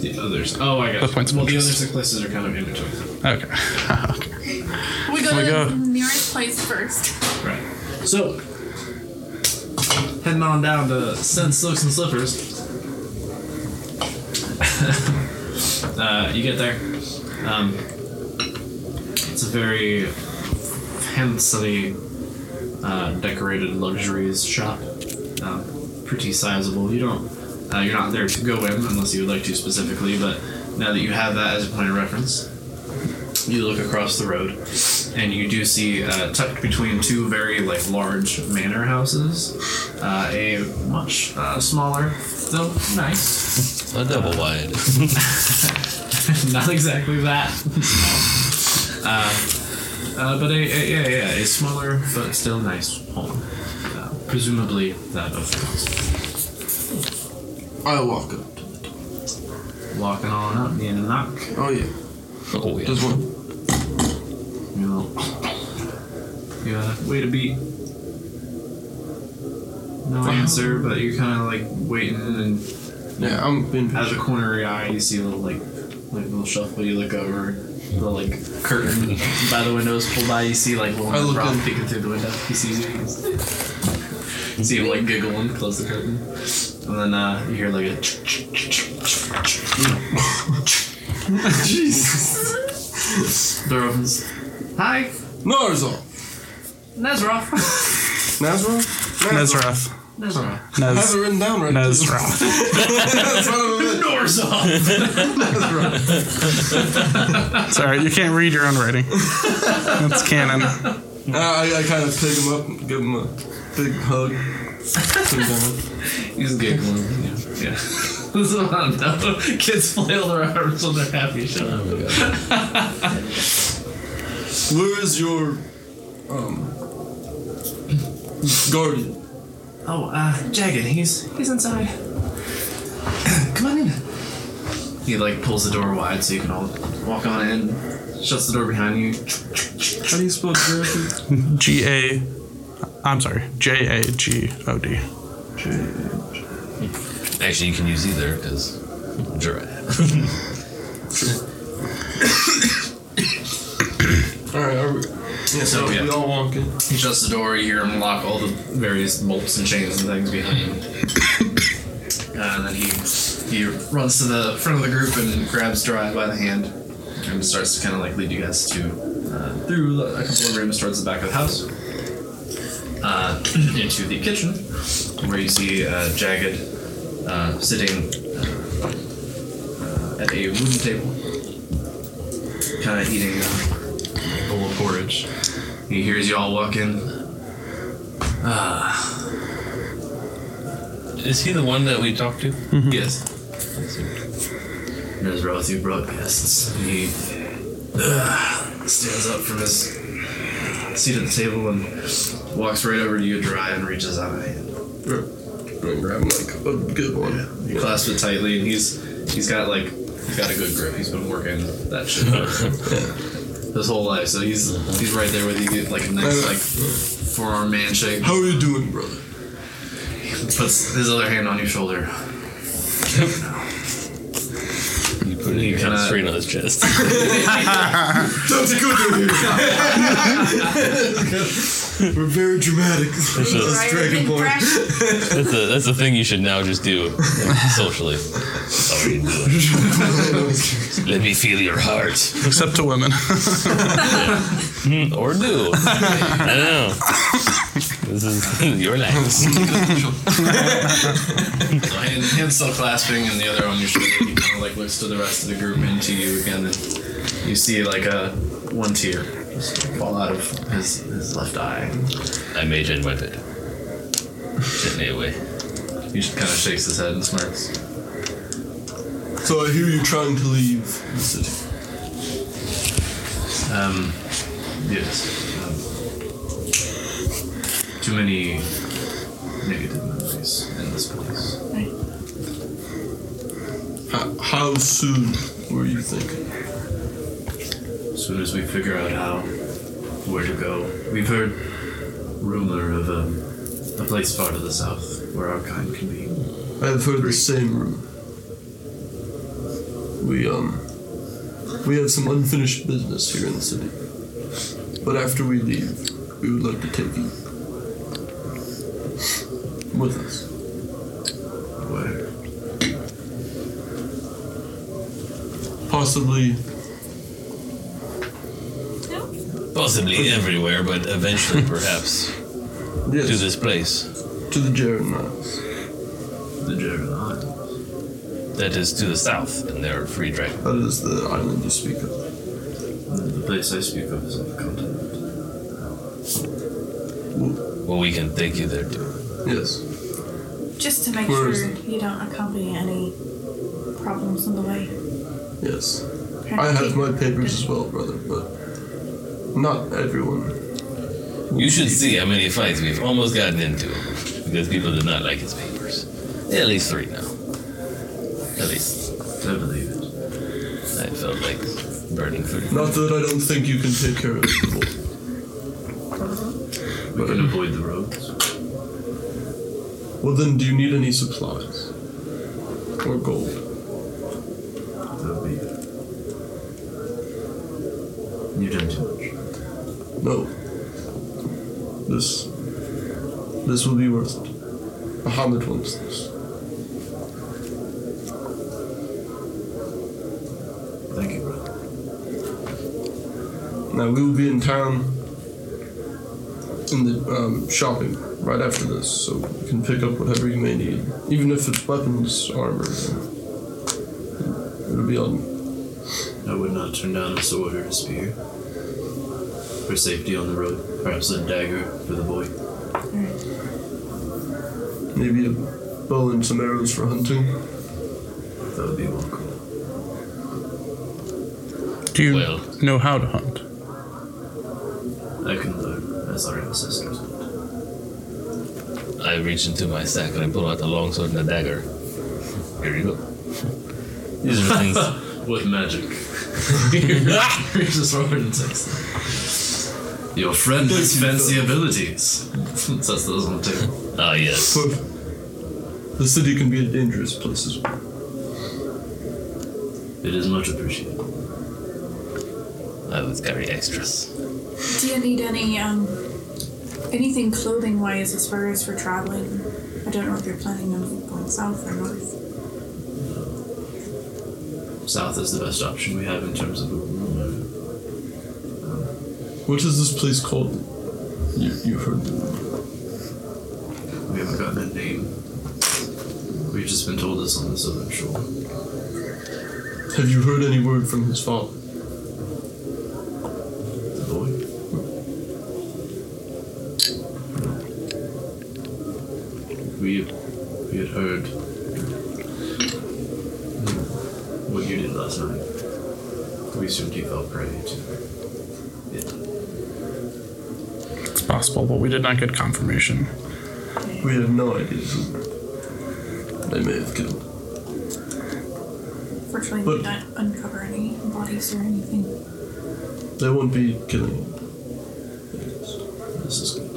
The others. Oh, I got The points of Well, the other interest. six places are kind of in between. Okay. okay. We go Oh my to the God. nearest place first. Right. So, heading on down to Since Silks and Slippers. uh, you get there. Um, it's a very handsomely uh, decorated luxuries shop. Um, pretty sizable. You don't. Uh, you're not there to go in unless you would like to specifically. But now that you have that as a point of reference, you look across the road, and you do see uh, tucked between two very like large manor houses, uh, a much uh, smaller, though nice, A double wide. not exactly that. uh, uh, but a, a, yeah, yeah, a smaller but still nice home. Uh, presumably that of the house. I walk up to the door. Walking on up, need a knock. Oh, yeah. Oh, yeah. There's one. You know, you uh, wait a beat. No answer, but you're kind of like waiting and Yeah, I'm being Out of the corner of your eye, you see a little like, like little shuffle. You look over, the like curtain by the windows pulled by. You see like I little look Rob in. peeking through the window. He sees you. He's- you see him like giggle and close the curtain, and then uh, you hear like a. Jesus. Door opens. Hi, Narzo! Nazroth. Nazro? Nezrath. Nazroth. I have it Nez. written down right Nezrath. That's what I'm Nazroth. Sorry, you can't read your own writing. That's canon. Uh, I, I kind of pick him up and give him a big hug. Put him down. He's giggling. Yeah. yeah. this is what I know. Kids flail their arms when they're happy. Shut up. Where is your um guardian? Oh, uh, Jagged, he's he's inside. Come on in. He like pulls the door wide so you can all walk on in. Shuts the door behind you. How do you spell Jared? G A. I'm sorry. J A G O D. Actually, you can use either because giraffe. All right, are we, Yeah, So, so yeah. we all walk in. He shuts the door. You hear him lock all the various bolts and chains and things behind him. Uh, and then he he runs to the front of the group and grabs Dry by the hand and starts to kind of like lead you guys to uh, through a couple of rooms towards the back of the house uh, into the kitchen where you see uh, Jagged uh, sitting uh, at a wooden table, kind of eating uh, a bowl of porridge. He hears y'all walk in. Ah. Is he the one that we talked to? Yes. And his relative brought guests. And he uh, stands up from his seat at the table and walks right over to you, dry, and reaches out a hand. Go grab like a good one. You clasp it tightly, and he's he's got like he's got a good grip. He's been working that shit his whole life, so he's he's right there with you, like a nice like forearm man shake. How are you doing, brother? Puts his other hand on your shoulder. You put it kinda- straight on his chest. That's good to hear. We're very dramatic. That's a- Briar Dragon been Ball. fresh. that's a- that's the thing you should now just do like, socially. Sorry, let me feel your heart. Except to women. Or do. I don't know. This is your life. So hand, hand still clasping and the other on your shoulder. He kind of like looks to the rest of the group and to you again, and you see like a one tear just fall out of his, his left eye. I made Jen wipe it. Send me away. He just kind of shakes his head and smirks. So I hear you trying to leave the city. Um, yes. Um, too many negative memories in this place. How, how soon were you thinking? As soon as we figure out how, where to go, we've heard rumor of a, a place far to the south where our kind can be. I've heard Uh, the same rumor. We um, we have some unfinished business here in the city. But after we leave, we would like to take you with us. Where Possibly Possibly everywhere, but eventually perhaps yes, to this place. to the Jeremiahs. the Jeremiah. That is to the south, and there are free dragons. That is the island you speak of. The place I speak of is on the continent. Well, we can take you there too. Yes. Just to make Where is sure you don't accompany any problems on the way. Yes. I have my papers as well, brother, but not everyone. You should see how many fights we've almost gotten into because people did not like his papers. Yeah, at least three now. At least I believe it. I felt like burning food. Not that I don't think you can take care of people. We can avoid the roads. Well, then, do you need any supplies? Or gold? There'll be. You've done too much. No. This. This will be worth it. Muhammad wants this. Thank you, brother. Now, we will be in town in the um, shopping right after this, so you can pick up whatever you may need. Even if it's weapons, armor. It'll be on I would not turn down a sword or a spear. For safety on the road, perhaps a dagger for the boy. Maybe a bow and some arrows for hunting. That would be welcome. Do you Well. know how to hunt? I can learn as our ancestors did. I reach into my sack and I pull out a longsword and a dagger. Here you go. These are things. With magic. Reaches forward and takes them. Your friend has fancy abilities. Sets those on the table. Ah, yes. But the city can be a dangerous place as well. It is much appreciated. I would carry extras. Do you need any um anything clothing wise as far as for traveling? I don't know if you're planning on going south or north. South is the best option we have in terms of uh, a What is this place called? You, you heard the We haven't gotten a name. We've just been told it's on the southern shore. Have you heard any word from his father? The boy? We, we had heard what you did last night. We assumed he fell prey to it. It's possible, but we did not get confirmation. We have no idea who they may have killed. Fortunately, we But- didn't uncover any bodies or anything. They won't be killing him. This is good.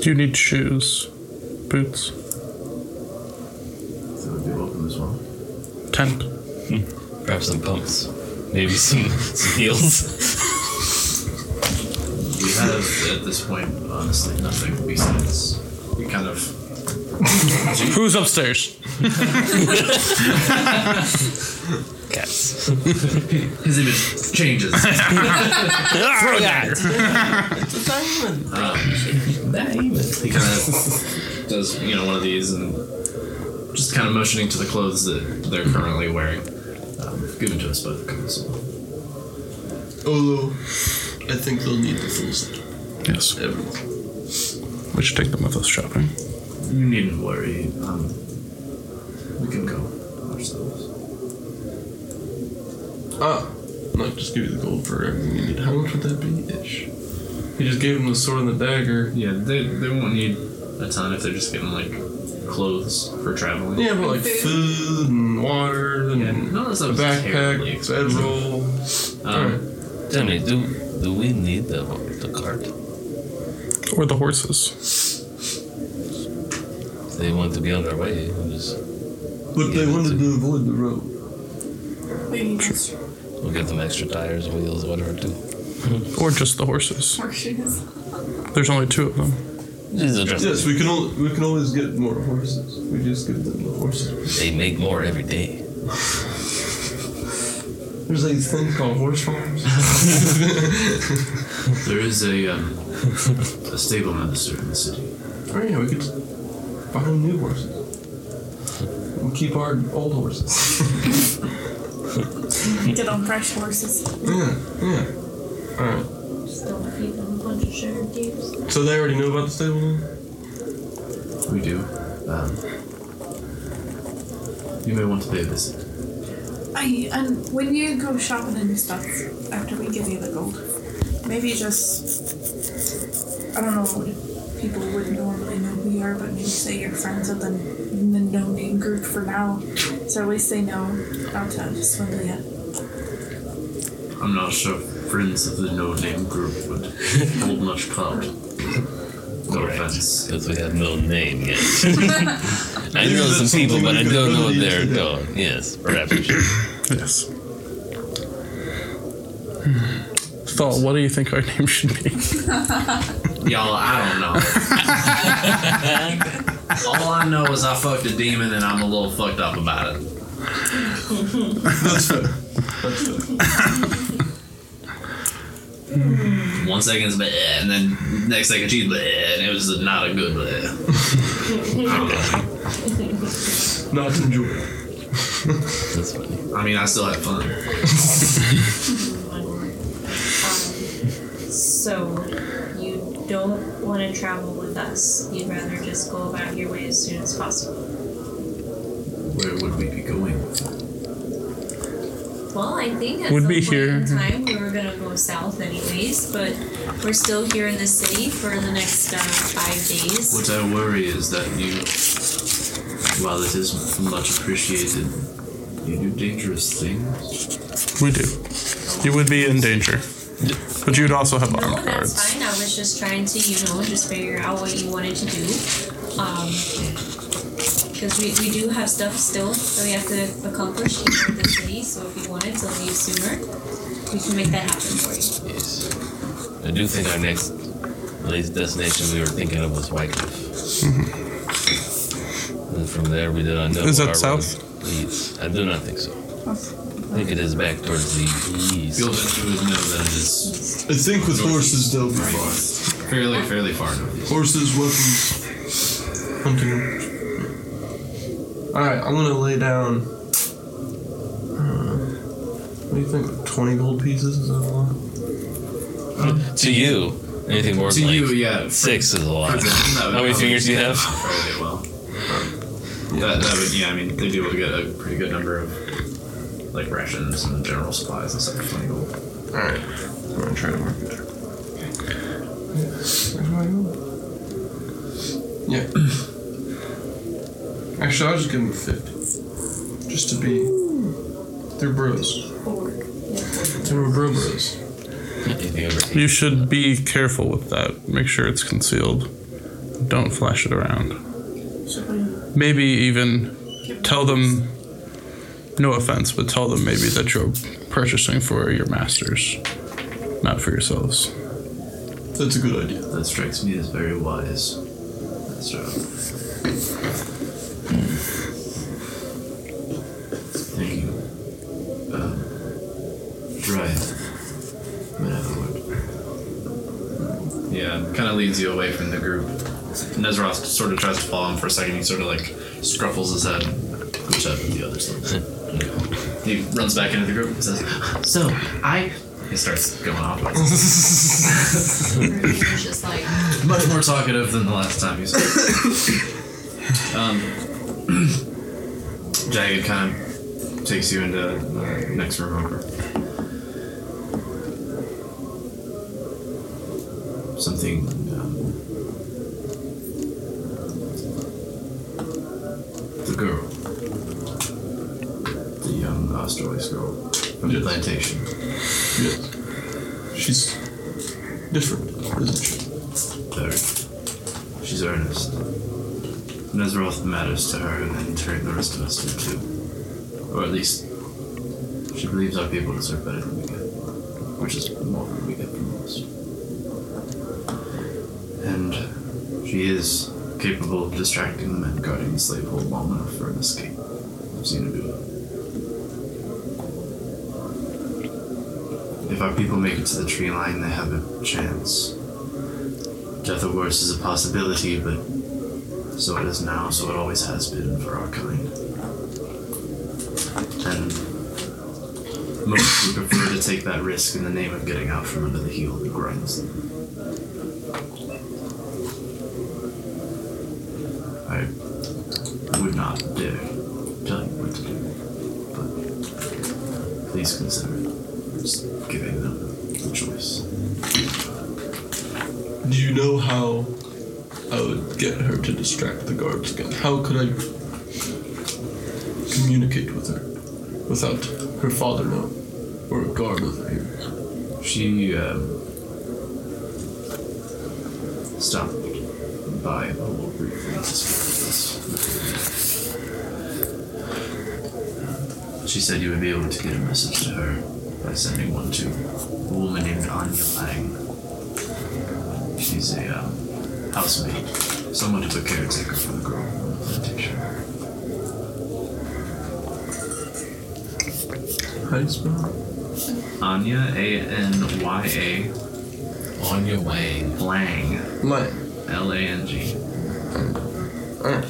Do you need shoes? Boots? That would be welcome as well. Tent? Perhaps some pumps. Maybe some, some heels. We have, at this point, honestly, nothing besides. We kind of Who's upstairs? Cats. His image changes. Throw a dagger. he kind of does, you know, one of these and just kind of motioning to the clothes that they're currently wearing. Um, given to us by the council. Although, I think they'll need the full set. Yes. Everyone. We should take them with us shopping. You needn't worry. Um, we can go ourselves. Ah, not just give you the gold for everything you need. How much would that be? Ish. He just gave him the sword and the dagger. Yeah, they, they won't need a ton if they're just getting, like, clothes for traveling. Yeah, but like food and water and Yeah, none of that a stuff's terribly backpack, expensive. bedroll. Um, Tell me, do, do we need the, the cart? Or the horses. If they want to be on their way. we'll Just, But they they wanted wanted to avoid the road. Maybe just we'll get them extra tires, wheels, whatever, too. Or just the horses. horseshoes. There's only two of them. These are just- Yes, we can al- we can always get more horses. We just give them the horses. They make more every day. There's like these things called horse farms. there is a, um, a stable master in the city. oh yeah, we could buy them new horses. And keep our old horses. Get on fresh horses. yeah, yeah. Alright. Just don't feed them a bunch of sugar cubes. So they already know about the stable now? We do. Um, you may want to pay a visit. I and when you go shopping and stuff after we give you the gold, maybe just I don't know what people would normally know who you are, but maybe say you're friends with them in the no name group for now. So always say no out to swindle you. I'm not sure friends of the no name group would hold much clout. No Correct. offense. Because we have no name yet. I know some people, but I don't know what they're doing. Yes, perhaps we should. Yes. Thought, what do you think our name should be? Y'all, I don't know. All I know is I fucked a demon and I'm a little fucked up about it. One second's bleh, and then next second she's bleh, and it was not a good bleh. I don't know. Not enjoy. That's funny. I mean, I still had fun. Um, so you don't want to travel with us. You'd rather just go about your way as soon as possible. Where would we be going with that? Well, I think at Would some be point in here. time we were gonna go south anyways, but we're still here in the city for the next uh, five days. What I worry is that you, while it is much appreciated, you do dangerous things. We do. You would be in danger. But you'd also have No, armed that's guards. fine. I was just trying to, you know, just figure out what you wanted to do. Um, because we, we do have stuff still that we have to accomplish here in the city. So if you wanted to leave sooner, we can make that happen for you. Yes. I do think our next least destination we were thinking of was Wycliffe. and from there, we do not know. Is where that our road south? Leads. I do not think so. I think it is back towards the east. You'll you would know that it is I think with horses they'll be fine. fairly fairly far northeast. Horses, weapons, hunting. All right, I'm gonna lay down. uh, What do you think? Twenty gold pieces is that a lot? To you, anything more To than you, like yeah. for- six is a for lot. them, that would How many probably fingers do you be have? Fairly well. Um, That, that would yeah. I mean, they'd be able to get a pretty good number of like rations and general supplies and stuff for twenty gold. All right, I'm gonna try to work it. Where do I go? Yeah. Actually, I'll just give them fifty, just to be. They're bros. They were bro bros. Anything over You should be careful with that. Make sure it's concealed. Don't flash it around. Should we Maybe even give tell them no offense, but tell them maybe that you're purchasing for your masters, not for yourselves. That's a good idea. That strikes me as very wise. That's right. Thank you. Um, Dryad. I'm gonna have a word. Yeah, kind of leads you away from the group. Nezroth sort of tries to follow him for a second. He sort of like scruffles his head, goes out with the others. a little bit. He runs back into the group and says, "So I." He starts going off like It's just like much more talkative than the last time you saw him. um, Jagged kind of takes you into the next room over. Something. Um, the girl. The young Australis girl from the Yes. plantation. Yes. She's different, isn't she? Very. She's earnest. Nezroth matters to her, and in turn, the rest of us do too. Or at least, she believes our people deserve better than we get, which is more than we get from most. And she is capable of distracting the men guarding the slave hold long enough for an escape. I've seen her do it. If our people make it to the tree line, they have a chance. Death of worse is a possibility, but so it is now, so it always has been for our kind. And most would prefer to take that risk in the name of getting out from under the heel that grinds them. I would not dare tell you what to do, but please consider it. Just giving them the choice. Do you know how I would get her to distract the guards again? How could I communicate with her without her father knowing or a guard overhearing? She um, stopped by a little briefly to speak with us. She said you would be able to get a message to her by sending one to a woman named Anya Lang. She's a um, housemaid, someone who took caretaker for the girl on the plantation. How do you spell Anya, A N Y A, here? On your way. Lang, it? Lang. L A N G. Alright.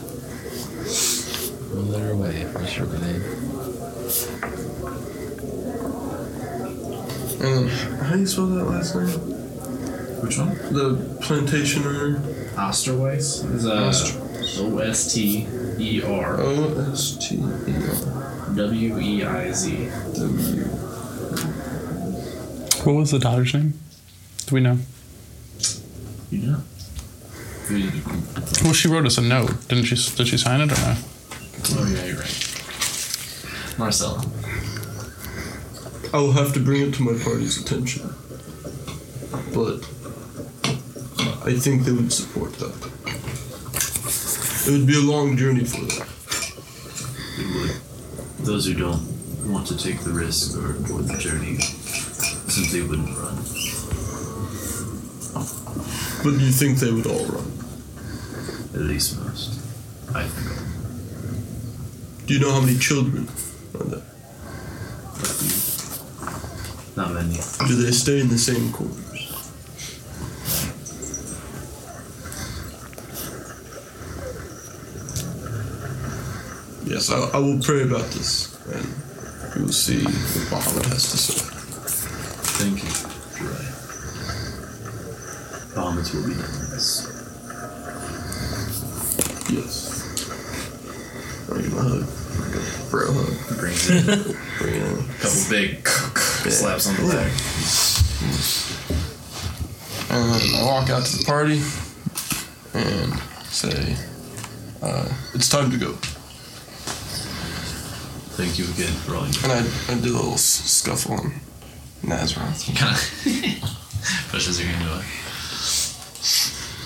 We'll let her away. For sure, grenade. And then, Um, how do you spell that last name? Which one? The plantation owner? Osterweiss is uh, O S T E R O S T E R W E I Z. W. What was the daughter's name? Do we know? You do not. Well, she wrote us a note, didn't she? Did she sign it or no? Oh, yeah, you're right. Marcella. I will have to bring it to my party's attention. But I think they would support that. It would be a long journey for them. It would. Those who don't want to take the risk or enjoy the journey simply wouldn't run. But you think they would all run? At least most. I think. Do you know how many children are there? Not many. Do they stay in the same quarters? Yes, I, I will pray about this, and we will see what Bahamut has to say. Thank you, Jirai. Bombs will be done this. Yes. Bring him a hug. Bro hug. Brings in a Bring him a hug. couple big slaps on the back. And I walk out to the party and say, uh, it's time to go. Thank you again for all you And I, I do a little s- scuffle on Nazareth. Kind of pushes you into it.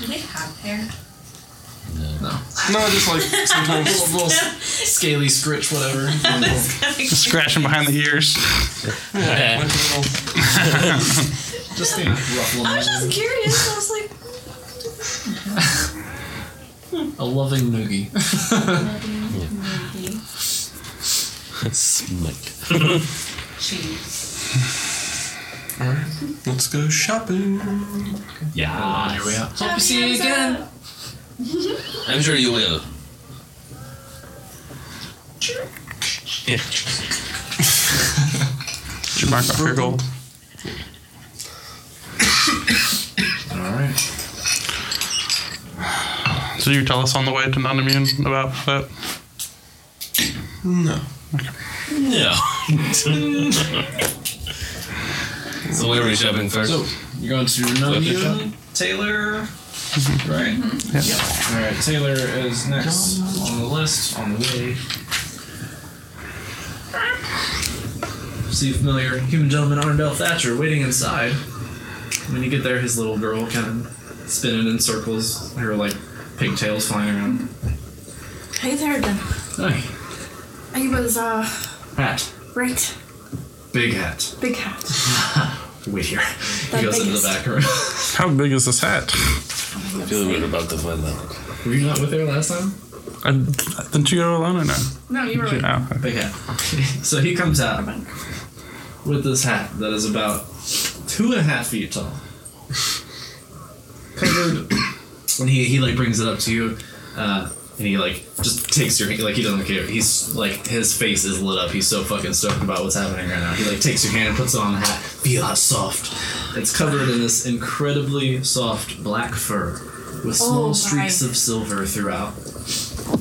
Do they have hair? No. No, just like sometimes. little, little scaly scritch, whatever. Just scratching behind the ears. like a little- Just you know, ruffle I was them. just curious. I was A like, loving noogie. maybe. Smite. Cheese. Let's go shopping. On your way Yeah. out. Hope to see you again. I'm sure you will. Yeah. Did you mark off your goal? All right. Did you tell us on the way to non-immune about that? No. No. so where are we shopping first? So you're going to Nomu, Shop? Taylor, right? All right. Taylor is next on the list on the way. See a familiar human gentleman Arndell Thatcher waiting inside. When you get there, his little girl kind of spinning in circles, her like pigtails flying around. Hey there again. Hey, I was, uh, hat, right. big hat. Big hat. Wait here. That he goes into biggest- the back room. How big is this hat? I feel we're about to find out. Were you not with her last time? I, didn't you go alone or no? No, you were right. Oh, okay. Big hat. so he comes out with this hat that is about two and a half feet tall. Covered. And he, he like brings it up to you, uh, and he like just takes your hand. Like he doesn't care. He's like his face is lit up. He's so fucking stoked about what's happening right now. He like takes your hand and puts it on the hat. Feel how soft. It's covered in this incredibly soft black fur with small Oh, my. streaks of silver throughout.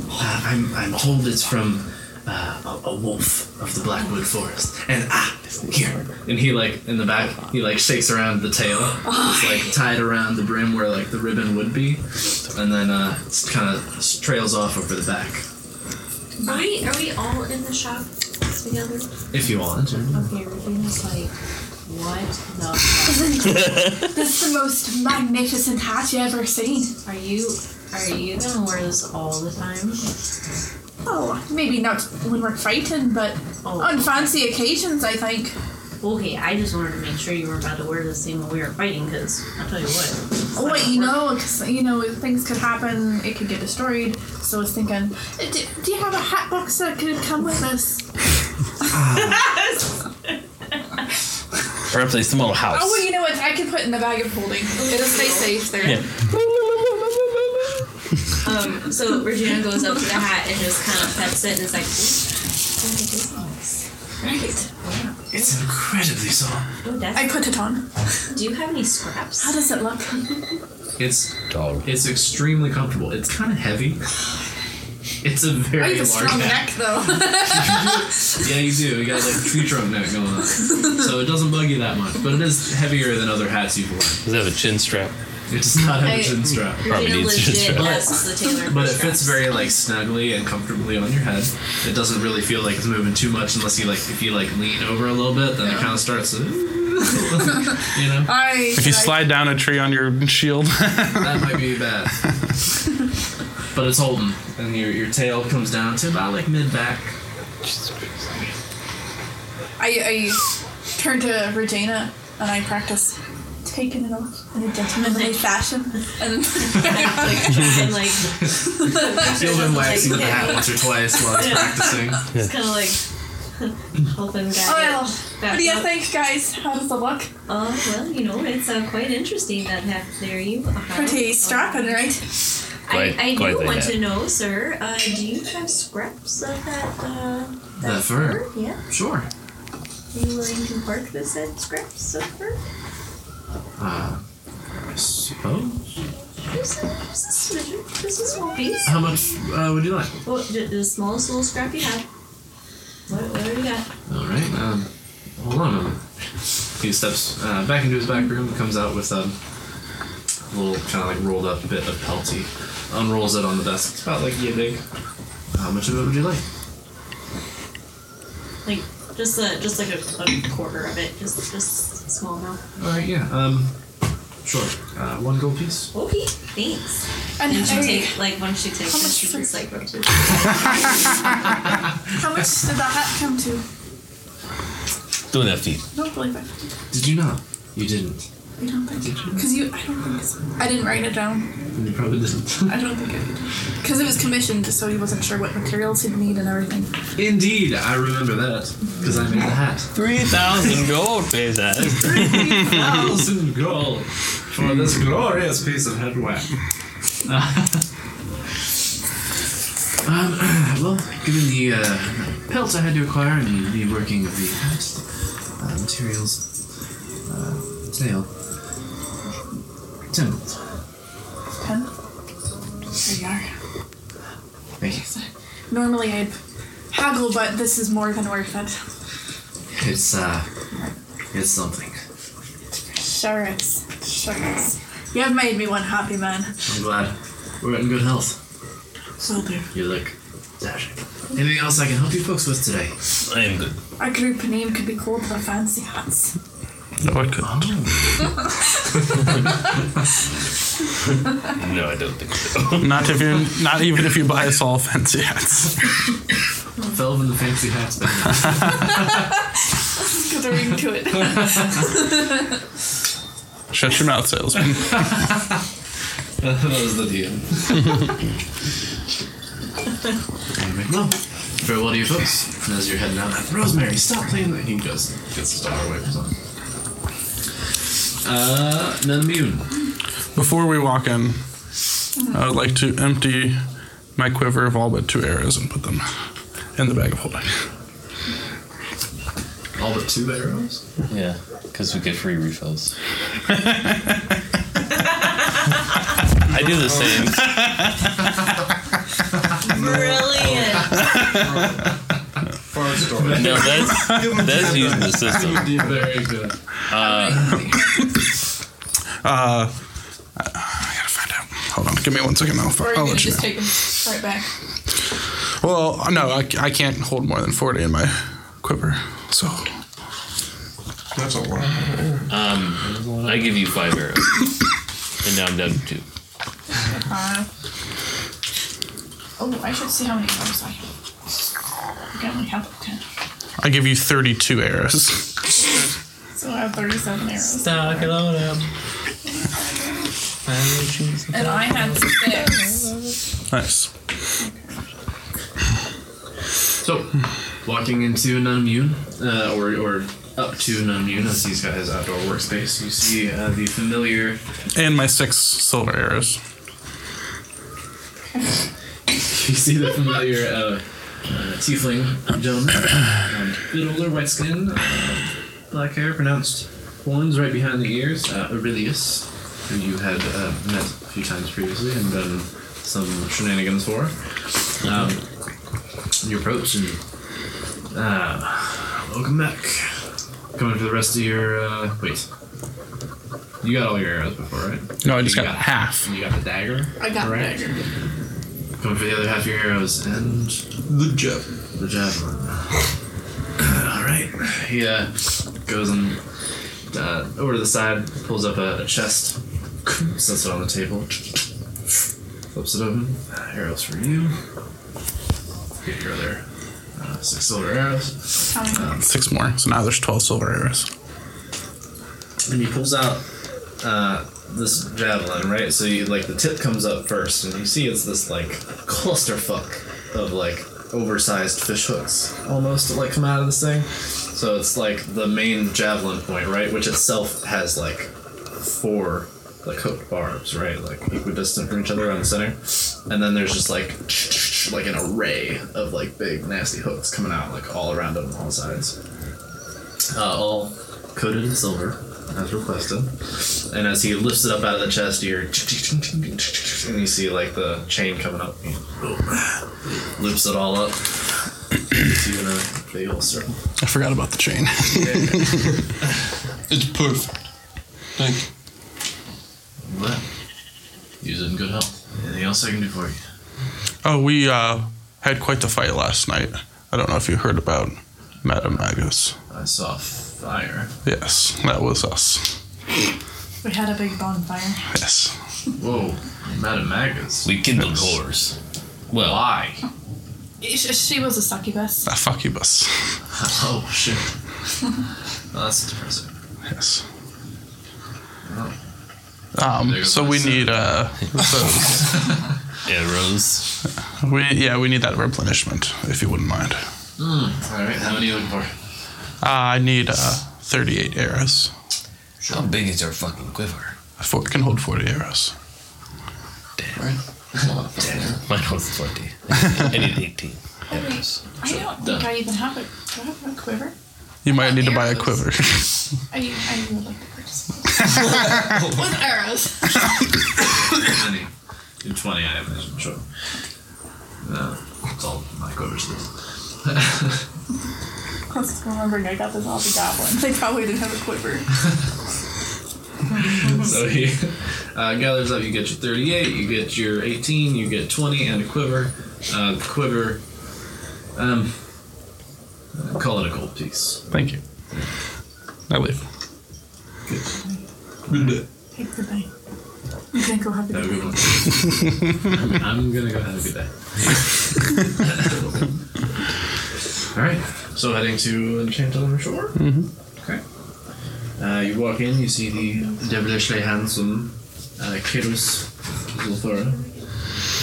Uh, I'm, I'm told it's from uh, a, a wolf of the Blackwood Forest. And ah, here. And he, like, in the back, he, like, shakes around the tail. It's, like, tied around the brim where, like, the ribbon would be. And then uh, it's kind of trails off over the back. Are we, are we all in the shop together? If you want to. Okay, Regina's like, what the This is the most magnificent hat you ever seen. fuck? Are you, are you gonna wear this all the time? Oh, maybe not when we're fighting, but on fancy occasions, I think. Okay, I just wanted to make sure you were about to wear the same when we were fighting, because I'll tell you what. Oh, What you know, 'cause, you know, things could happen. It could get destroyed. So I was thinking, "Uh, do, do you have a hat box that could come with us? Ah. Perhaps a small house. Oh, well, you know what? I could put in the bag of holding. It'll stay safe there. Yeah. Um, so Regina goes up to the hat and just kind of pets it and is like, "Ooh, what is this?" It's incredibly soft. Right. Oh, I that's, put it on. do you have any scraps? How does it look? It's Doll. it's extremely comfortable. It's kind of heavy. It's a I very have a large strong hat. neck, though. Yeah, you do. You got like a tree trunk neck going on. So it doesn't bug you that much, but it is heavier than other hats you've worn. Does it have a chin strap? It does not have a I- chin strap. Probably Regina needs just legit right. asks the tailor. for But it scraps. fits very like snugly and comfortably on your head. It doesn't really feel like it's moving too much unless you like if you like lean over a little bit, then it kind of starts to, you know, I. If you slide down a tree on your shield, that might be bad. But it's holding. and your, your tail comes down to about like mid back. I, I turn to Regina and I practice taking it off in a gentlemanly fashion. And and like You've been waxing like, the hat once or twice while it's Yeah. practicing. It's kind of like helping guys. well, back what do you up. think, guys? How does it look? Uh, well, you know, it's uh, quite interesting that hat there you have. Pretty strapping, right? I, Quite- I quite do the want hat. to know, sir. Uh, do you have scraps of that? Uh, That fur. Yeah. Sure. Are you willing to part with said scraps of fur? Uh, I suppose. Just a, just a smidgen, just a small piece. How much uh, would you like? Well, the, the smallest little scrap you have. What, what do you got? All right. Um, hold on a moment. He steps uh, back into his back room, comes out with a little kind of like rolled up bit of pelty, unrolls it on the desk. It's about like yay big. How much of it would you like? Like just a just like a, a quarter of it, just just a small amount. All right. Yeah. Um, sure. Uh, one gold piece. Okay, thanks. And And she hey, take like once she takes How it, much she for- just like rubs it. how much did that hat come to? Doing that feet. I don't believe it. Did you not? You didn't. I don't think Because you, I don't think it's, I didn't write it down. You probably didn't. I don't think I did. Because it was commissioned, so he wasn't sure what materials he'd need and everything. Indeed, I remember that because I made the hat. 3,000 gold pesos. thousand gold for this glorious piece of headwear. um, well, given the uh, pelt I had to acquire and the, the working of the hat, uh, materials, uh, tail, Tim, Pen? There you are. thank you. Normally I'd haggle, but this is more than worth it. It's uh, it's something. Sure is. Sure is. You have made me one happy man. I'm glad we're in good health. So do. You look dashing. Anything else I can help you folks with today? I am good. Our group name could be called the Fancy Hats. No, I could. No, I don't think so. Not if you. Not even if you buy us all fancy hats. Velvet and fancy hats. baby. It's got a ring to it. Shut your mouth, salesman. that was the deal. Anyway, well, farewell to you folks. And as you're heading out, like, Rosemary, stop playing that. He goes, gets the star away from something. Uh, Nanamune. Before we walk in, I would like to empty my quiver of all but two arrows and put them in the bag of holding. All but two arrows? Yeah, because we get free refills. I do the same. Brilliant. Far story. No, that's that's using the system. Very good. Uh, I, I gotta find out. Hold on, give me one second. I'll, or fi- you I'll can let you know. just take them right back. Well, no, I, I can't hold more than 40 in my quiver. So, That's a lot. I give you five arrows, and now I'm down to two. Uh, oh, I should see how many arrows I have. I can only have ten. I give you 32 arrows. So I have 37 arrows. Stock it all up. And I had six. Nice. So, walking into Nanamune, uh, or, or up to Nanamune, as he's got his outdoor workspace, you see uh, the familiar And my six silver arrows. You see the familiar uh, uh, tiefling gentleman, um, bit older, white skin, uh, black hair, pronounced horns right behind the ears. Uh, Aurelius, who you had uh, met a few times previously and done some shenanigans for. Um, you approach and uh, welcome back. Coming for the rest of your uh, wait. You got all your arrows before, right? No, I just You got half. You got the dagger. I got correct? bigger. Coming for the other half of your arrows and The jet. the javelin. All right. He uh, goes and uh, over to the side, pulls up a, a chest, sets it on the table. Flips it open. Uh, arrows for you. Get your other uh, six silver arrows. Six more. So now there's 12 silver arrows. And he pulls out uh, this javelin, right? So you like the tip comes up first, and you see it's this like clusterfuck of like oversized fish hooks almost that like come out of this thing. So it's like the main javelin point, right? Which itself has like four like hooked barbs, right? Like equidistant from each other around the center. And then there's just like like an array of like big nasty hooks coming out like all around it on all sides. Uh, all coated in silver as requested. And as he lifts it up out of the chest, you hear and you see like the chain coming up. He Loops it all up. Puts you in a big old circle. I forgot about the chain. It's perfect. Thank you. Well, use it in good health. Anything else I can do for you? oh, we uh, had quite the fight last night. I don't know if you heard about Madame Magus. I saw fire. Yes, that was us. We had a big bonfire. Yes. Whoa, Madam Magus. We kindled horrors. Well, Why? She, she was a succubus. A succubus. Oh shit. Well, that's depressing. Yes. Um, so we need uh, those. arrows. we yeah we need that replenishment if you wouldn't mind. All right, how many are you looking for? Uh, I need uh, 38 arrows. How big is your fucking quiver? A fork can hold 40 arrows. Mine was 20. I need 18. Arrows. I don't think I even have a, do I have a quiver. You might need to buy a Arrows. quiver. I, I would like to purchase one. With arrows. How many? In 20, I imagine, sure. No, it's all my covers. I was just remembering I got this off a goblin. They probably didn't have a quiver. So he uh, gathers up, you get your 38, you get your 18, you get 20, and a quiver. Uh, the quiver, um, call it a gold piece. Thank you. I leave. Take the thing. You think we'll have Have a to good one. I'm- I'm gonna go have a good day. All right. So heading to Enchant on the Shore. Mm-hmm. Okay. Uh, you walk in. You see the devilishly handsome uh, Kyrus Lothora.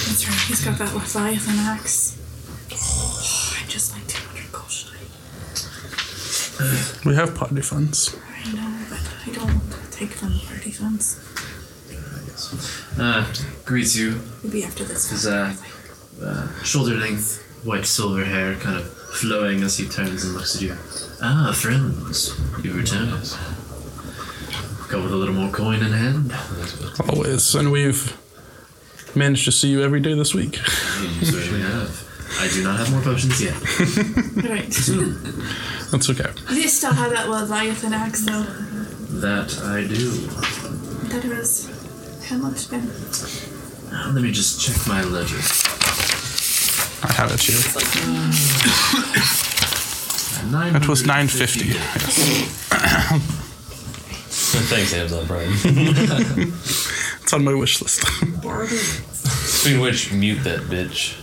That's right, he's got that Leviathan axe. Oh, I just like 200 gold shy. We have potty funds. I know, but I don't want to take them for defense. Uh, greets you. Maybe after this. His uh, uh, shoulder length white silver hair kind of flowing as he turns and looks at you. Ah, friends, you returned. Come with a little more coin in hand. Always. And we've managed to see you every day this week. You certainly have. I do not have more potions yet. Right. That's okay. They still had that Leviathan axe though. That I do. That was how much then? Uh, Let me just check my ledger. I have it here. Nine. That was 950. Yes. Thanks, Amazon Prime. It's on my wish list. Speaking of which, mute that bitch.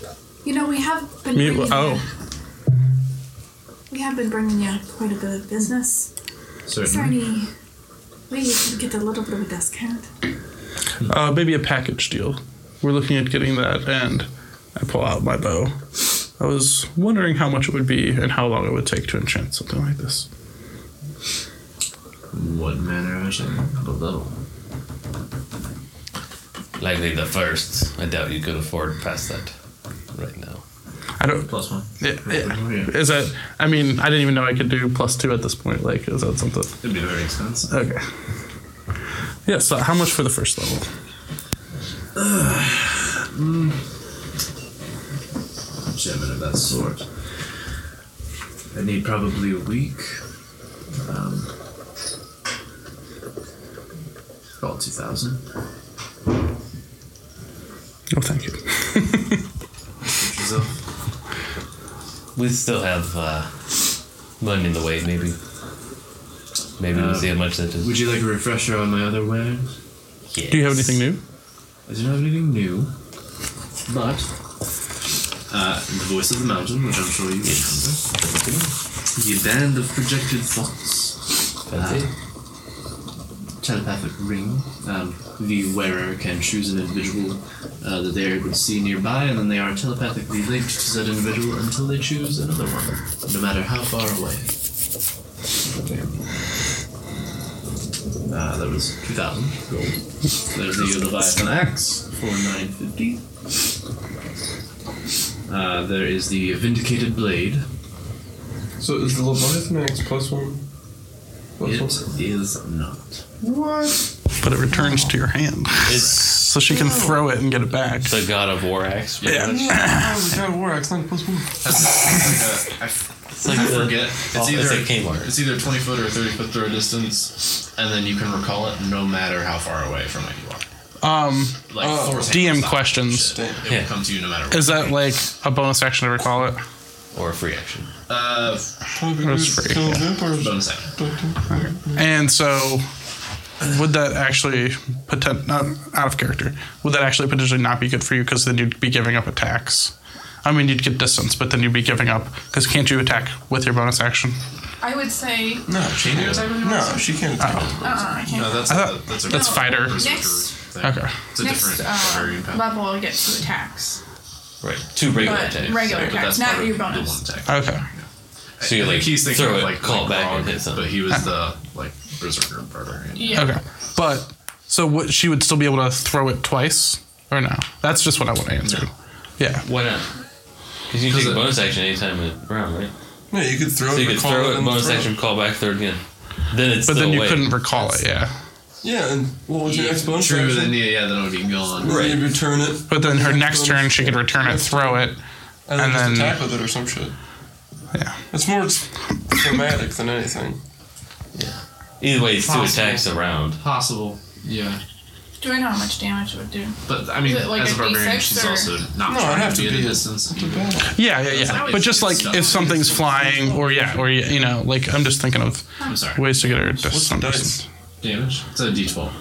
You know, we have been Mute. bringing Oh, you, we have been bringing you quite a bit of business. Is there Certainly. Mm-hmm. any way you can get a little bit of a discount? uh, maybe a package deal. We're looking at getting that, and I pull out my bow. I was wondering how much it would be and how long it would take to enchant something like this. What manner of shame? The level. Likely the first. I doubt you could afford past that right now. I don't. Plus one. Yeah, Oh, yeah. yeah. Is that? I mean, I didn't even know I could do plus two at this point. Like, is that something? It'd be very expensive. Okay. Yeah. So, how much for the first level? Gentlemen of that sort. I need probably a week. Um, about two thousand. Oh, thank you. We still have uh, money in the way, maybe. Maybe we'll see how much that is. Would you like a refresher on my other wares? Yes. Do you have anything new? I do not have anything new. But uh, the voice of the mountain, which I'm sure you remember, the band of projected thoughts, Fancy. uh, telepathic ring. Um, the wearer can choose an individual uh, that they would see nearby, and then they are telepathically linked to that individual until they choose another one, no matter how far away. Uh, that was 2,000 gold. There's the Leviathan Axe for 950. Uh, there is the Vindicated Blade. So is the Leviathan Axe plus one? Plus It one? is not. What? But it returns to your hand. so she can throw it and get it back. The God of War axe. Yeah. I was kind of war axe, not plus one. That's like a- I f- It's like I the- forget. oh, It's either it's like Kmart. it's either 20 foot or 30 foot throw distance, and then you can recall it no matter how far away from it you are. Um, Like Oh. force DM hand style questions. shit. It Yeah. will come to you no matter. is what. that like a bonus action to recall it? Or a free action. uh That's free, Kill yeah. vampires. bonus action? And so, would that actually potent not out of character? Would that actually potentially not be good for you? Because then you'd be giving up attacks. I mean, you'd get distance, but then you'd be giving up. Because can't you attack with your bonus action? I would say. No, she Change it? can't. No, she can't. Uh, I can't. No, that's I thought- that's, a, that's fighter. Next- thing. Okay. It's a Next different barbarian uh, power. level, I get two attacks. Right. Two regular But attacks. regular But that's attacks, part not of your the one bonus. attack. Okay. So you I like think he's thinking throw of it, like call like back, and Grog, hit something. but he was the like berserker barbarian. Yeah. Okay. But so what? She would still be able to throw it twice, or no? That's just what I want to answer. Yeah. Why not? Because you 'Cause take a it- bonus action anytime around, right? Yeah, you could throw So it. you and could call throw it, and bonus throw action, call back, third again. Then it's But still then you away. couldn't recall it. Yeah. Yeah, and what was your next bonus True, action? then yeah, yeah, then it would be gone. Then you return it, But then her next turn, she could return it, throw it. And and, then, then- just attack with it or some shit. Yeah. It's more dramatic than anything. Either way, it's two Possible. attacks around. Possible. Yeah, Do I know how much damage it would do? but I mean, Is it like as a a barbarian, D6 she's or- also not No, it'd trying have to to be at a be a- distance. It's a battle. Yeah, yeah, It's yeah. not But just like- like if something's flying, or yeah, or yeah, you know, like I'm just thinking of I'm sorry. ways to get her What's the dice? distance. Damage. It's a D12.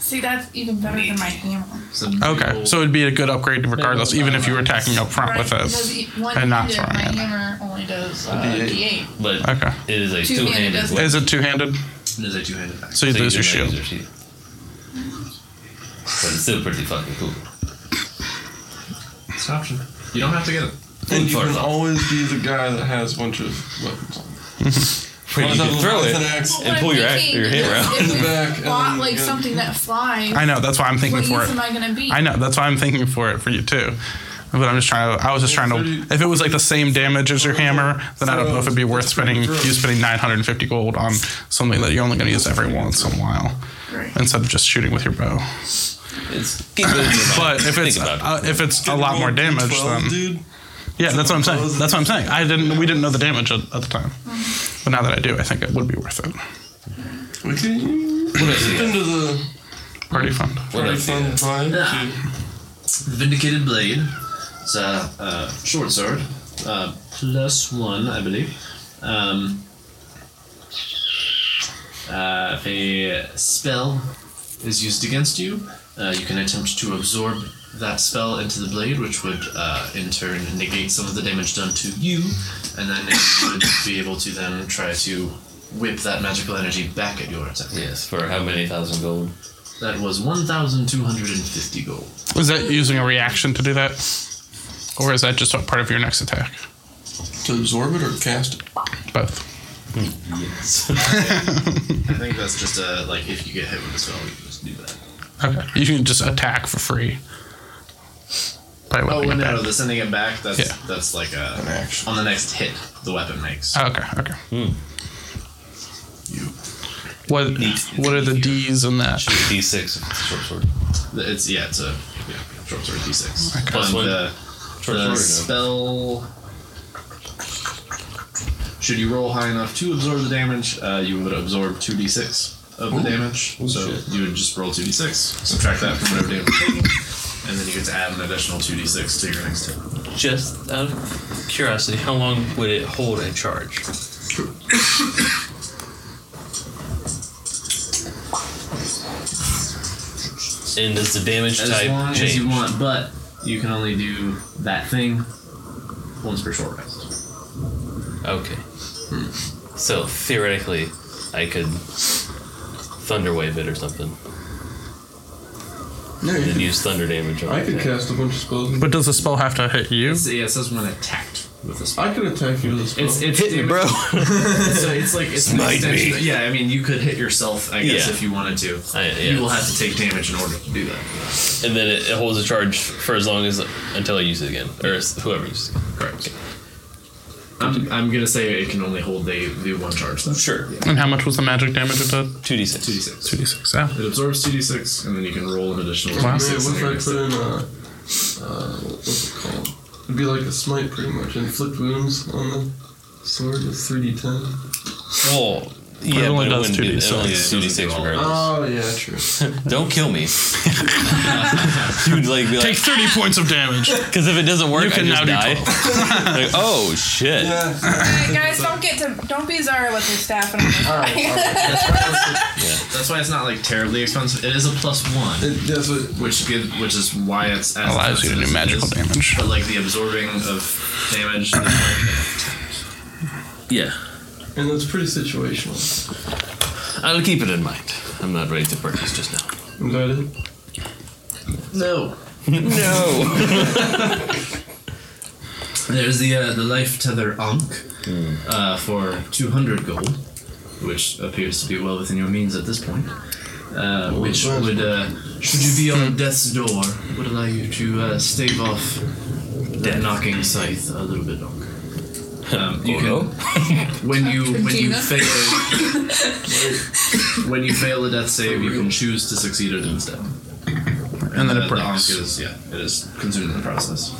See, that's even better than my hammer. Oh, It's a big Okay, old- so it'd be a good upgrade regardless, even if you were attacking up front with because it. e- one and not handed, throwing it. My hammer only does uh, D8. D8. But Okay. it is a Two-handed two-handed doesn't- weapon. Is it two-handed? It is a two-handed attack. So you So you lose your do not shield. use your shield. But it's still pretty fucking cool. It's an option. You don't have to get it. And you Far can enough. always be the guy that has a bunch of weapons on. Wait, you Well, can it's throw a- it it's an axe. and pull your act, your hand around. If we Back and bought then like go- something that flies, I know. That's why I'm thinking what for use am it. I gonna be? I know. That's why I'm thinking for it for you too. But I'm just trying to. I was just trying to. If it was like the same damage as your hammer, then I don't know if it'd be worth spending you spending 950 gold on something that you're only going to use every once in a while, Great. instead of just shooting with your bow. It's keep it in your mind. But if it's Think about it. uh, if it's a lot more damage, Twelve, then dude. yeah, that's what I'm saying. That's what I'm saying. I didn't. We didn't know the damage at, at the time, Mm-hmm. but now that I do, I think it would be worth it. We can dip into the Party fund. party fun vibe. Ah. dude. Vindicated Blade. It's a uh, short sword. Uh, plus one, I believe. Um, uh, if a spell is used against you, uh, you can attempt to absorb that spell into the blade, which would uh, in turn negate some of the damage done to you, and then you would be able to then try to whip that magical energy back at your attack. Yes, for how many thousand gold? That was 1,250 gold. Is that using a reaction to do that, or is that just a part of your next attack? To absorb it or cast it. Both. Yes. I think that's just a like if you get hit with a spell, you can just do that. Okay. You can just attack for free. By Oh whipping it no, back. the sending it back. That's Yeah. that's like a An action. on the next hit the weapon makes. Oh, okay. Okay. Hmm. What What are the D's in that? Should be D6 of short sword. It's yeah, it's a yeah, short sword d six. Plus one. the, Short the sword. spell. Should you roll high enough to absorb the damage, uh, you would absorb two d six of the damage. so you would just roll two d six, subtract that from whatever damage, you're taking, and then you get to add an additional two d six to your next hit. no. Just out of curiosity, how long would it hold a charge? and does the damage as type long change? as you want, but You can only do that thing once per short rest. Okay. So theoretically, I could thunderwave it or something. Yeah, and you then could- use thunder damage. on I it. could cast a bunch of spells. But does the spell have to hit you? yeah, it says when attacked with a spell. I could attack you with a spell. It's, it's hit me, bro. so it's like it's an Smite extension. me. Yeah, I mean, you could hit yourself, I guess, Yeah. if you wanted to. I- yeah. You will have to take damage in order to do that. And then it, it holds a charge for as long as until I use it again, or as- whoever uses it. Correct. I'm, I'm gonna say it can only hold the the one charge. Though. Sure. And how much was the magic damage it did? Two d six. Two d six. 2d6. Yeah. It absorbs two d six, and then you can roll an additional. Ah, Wow. Yeah, D6 what if I against put it. in a, uh, what's it called? It'd be like a smite, pretty much. Inflict wounds on the sword is 3d10. Well, it yeah, only but it does wouldn't do- it 2d6. only does two d six regardless. Oh, yeah, true. Don't kill me. You'd like be Take like, 30 points of damage. because if it doesn't work, You can I just now do die. like, oh shit. Yeah. Alright, guys, don't get to don't be Zara with your staff. And Alright, alright. That's why it's not like terribly expensive. It is a plus one, It- That's what. which give, which is why it's as Allows you expensive to do as it magical is. damage. But like the absorbing of damage. is, like, Yeah. And it's pretty situational. I'll keep it in mind. I'm not ready to purchase just now. Is that it? no. No. There's the uh, the life tether ankh uh, for 200 gold, which appears to be well within your means at this point. Uh, which that's would, uh, should you be on death's door, would allow you to uh, stave off that knocking scythe a little bit longer. Um, Oh, you can, when you when you Regina. fail when you fail a death save, you can choose to succeed it instead. And then Uh, it the Ankh breaks. is yeah, it is consumed in the process.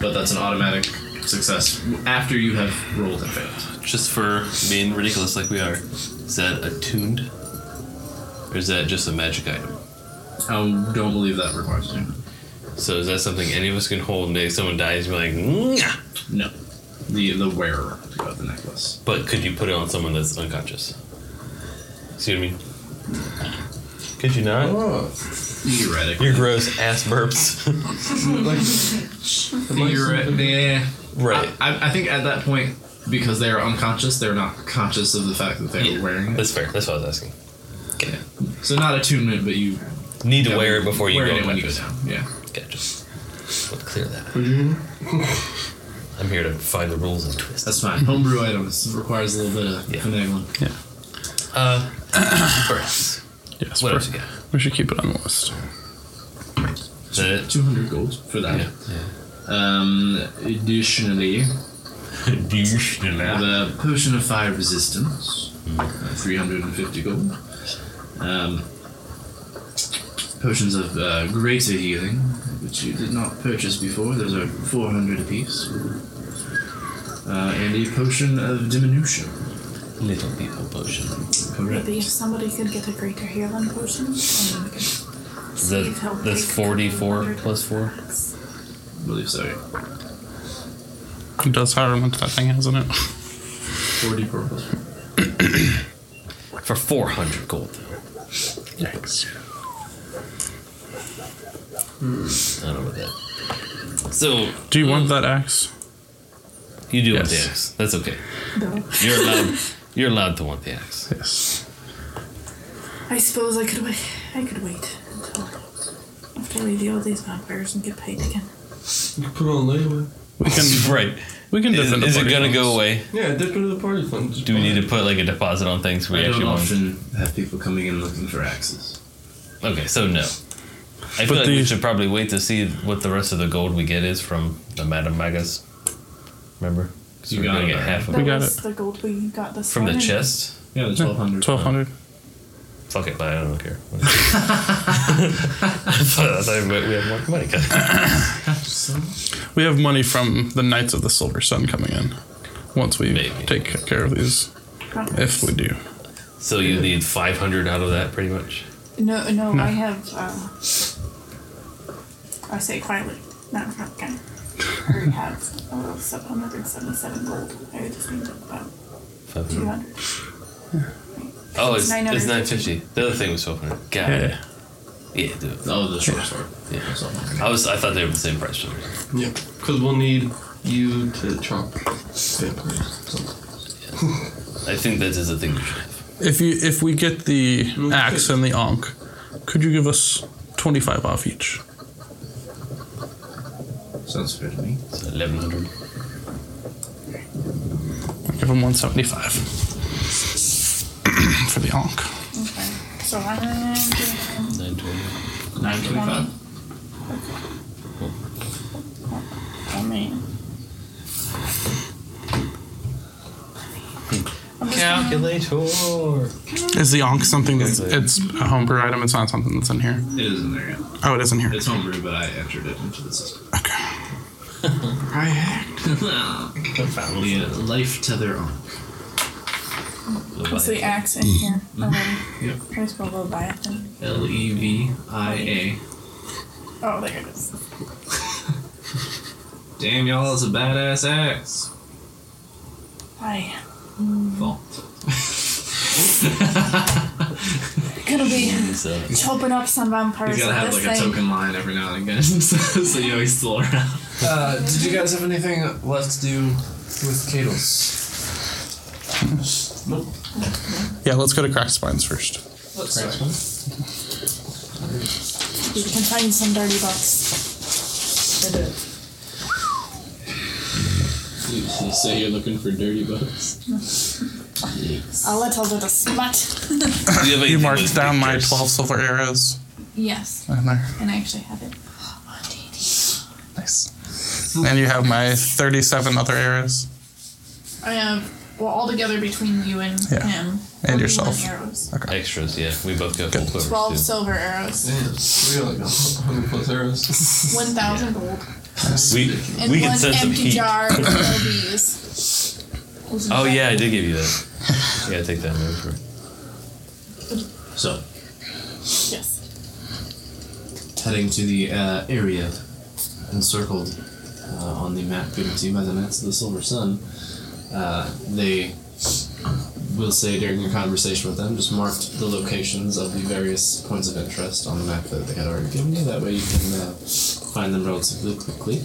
But that's an automatic success after you have rolled and failed. Just for being ridiculous like we are. Is that attuned? Or is that just a magic item? I don't believe that requires you. So is that something any of us can hold and if someone dies and be like, "Nyah!" No. The the wearer of the necklace. but could you put it on someone that's unconscious? See what I mean? Could you not? Oh, Theoretically. Your gross ass burps. like, Theoretically. Yeah. right. I, I think at that point, because they are unconscious, they're not conscious of the fact that they're Yeah. wearing it. That's fair. That's what I was asking. So not attunement, but you Need to wear it before you wearing go. it when you go unconscious. down. Yeah. Gotcha. Let's clear that. I'm here to find the rules and twist. That's fine. Homebrew items requires a little bit of Yeah. finagling. Uh, burps. Yes, What per- else you got? we should keep it on the list. Is that it? Two hundred gold for that. Um, additionally, I have a potion of fire resistance, uh, 350 gold. Um, potions of uh, greater healing, which you did not purchase before, those are 400 apiece. Uh, and a potion of diminution. Little people potion. Correct. Maybe if somebody could get a greater healing potion, and then we could Is save that, help that's take 44 100 plus 4? bucks. I believe so. It does however much that thing has in it. 40 purple. For 400 gold. Yikes. I don't know about that. So, Do you Mm. want that axe? you do want the Yes. axe. That's okay. No. You're allowed, you're allowed to want the axe. Yes. I suppose I could wait. I could wait until after we deal with these vampires and get paid again. You can put it on layaway. We can, Right. we can Is, defend is the it body gonna go parts. away? Yeah, dip into the party fund. Just Do we buy need it. to put like a deposit on things we I don't actually want? often have people coming in looking for axes. Okay, so no. I But feel like we the- should probably wait to see what the rest of the gold we get is from the Madam Magas. Remember? 'Cause You we're got gonna it, get right? half of That it got was the gold we got this from the morning. chest. Yeah, the Yeah, 1200. 1200. Fuck it, I don't care. I thought, I thought we had more money. We have money from the Knights of the Silver Sun coming in once we Maybe. take care of these. If we do. so you need five hundred out of that, pretty much. No, no, I have. Uh, I say quietly. No, not okay. We have uh, 777 gold. I would just need about 200. Oh, it's, It's Oh, it's nine fifty. The other thing was twelve hundred. God, Yeah. Yeah, do it. Oh, the short sword. Yeah. I was. I thought they were the same price. For Yeah, because we'll need you to chop vampires. I think that is a thing. we should- If you if we get the axe and the onk, could you give us twenty five off each? Sounds fair to me. It's eleven hundred. Give him one seventy five for the onk. Okay. So I'm gonna give Nine twenty. Nine twenty-five. I mean, Calculator. Is the onk something that's it's a homebrew item? It's not something that's in here. It is in there. Yeah. Oh, it is in here. It's homebrew, but I entered it into the system. I hacked. Finally, a uh, life to their own. what's the axe in here already? Yep. I just go Leviathan. L E V I A. Oh, there it is. Damn, y'all, it's a badass axe. Hi. Vault. Gonna be So chopping up some vampires. You gotta with have this like a thing. token line every now and again, so you know he's still around. Uh, did you guys have anything left to do with Cato's? Yeah, let's go to crack spines first. You can find some dirty books. You say you're looking for dirty books. A little bit of smut. do you have You anything marked with down my pictures? twelve silver arrows Yes, in there. and I actually have it. Nice. And you have my thirty-seven other arrows. I have well, all together between you and Yeah. him. And 41 yourself. Arrows. Extras, yeah. We both got full clovers. Twelve too. silver arrows. Yeah, we got like a hundred plus arrows. One thousand gold. We, And we one can send some empty heat. jar of LBs. Oh yeah, I did give you that. Yeah, take that. man, for- So, Yes. heading to the uh, area encircled uh, on the map given to you by the Knights of the Silver Sun, uh, they will say during your conversation with them, just marked the locations of the various points of interest on the map that they had already given you. That way you can uh, find them relatively quickly.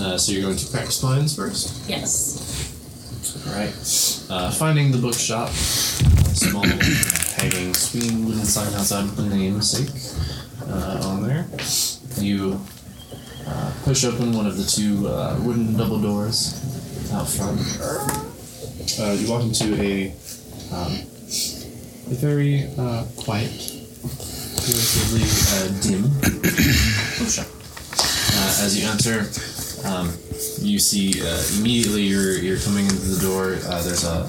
Uh, so you're going to crack spines first. Yes. Alright. Uh, finding the bookshop. Small hanging swing wooden sign outside with the namesake uh, on there. You uh, push open one of the two uh, wooden double doors out front. Uh, you walk into a, um, a very uh, quiet, relatively uh, dim bookshop. Uh, as you enter, um, you see uh, immediately you're you're coming into the door. Uh, there's a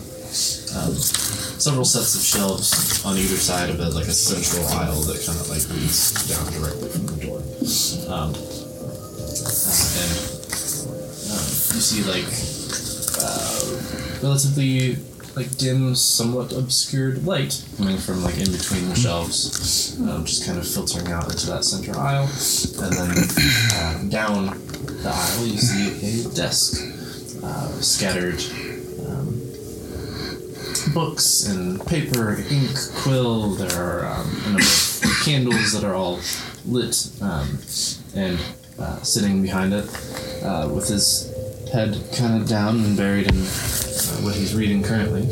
um, several sets of shelves on either side of it, like a central aisle that kind of like leads down directly from the door. Um, uh, and um, you see like uh, relatively like dim, somewhat obscured light coming from like in between the shelves, um, just kind of filtering out into that center aisle, and then uh, down the aisle you see a desk uh, with scattered. Um, Books and paper, ink, quill. There are um, a number of candles that are all lit, um, and uh, sitting behind it, uh, with his head kind of down and buried in uh, what he's reading currently.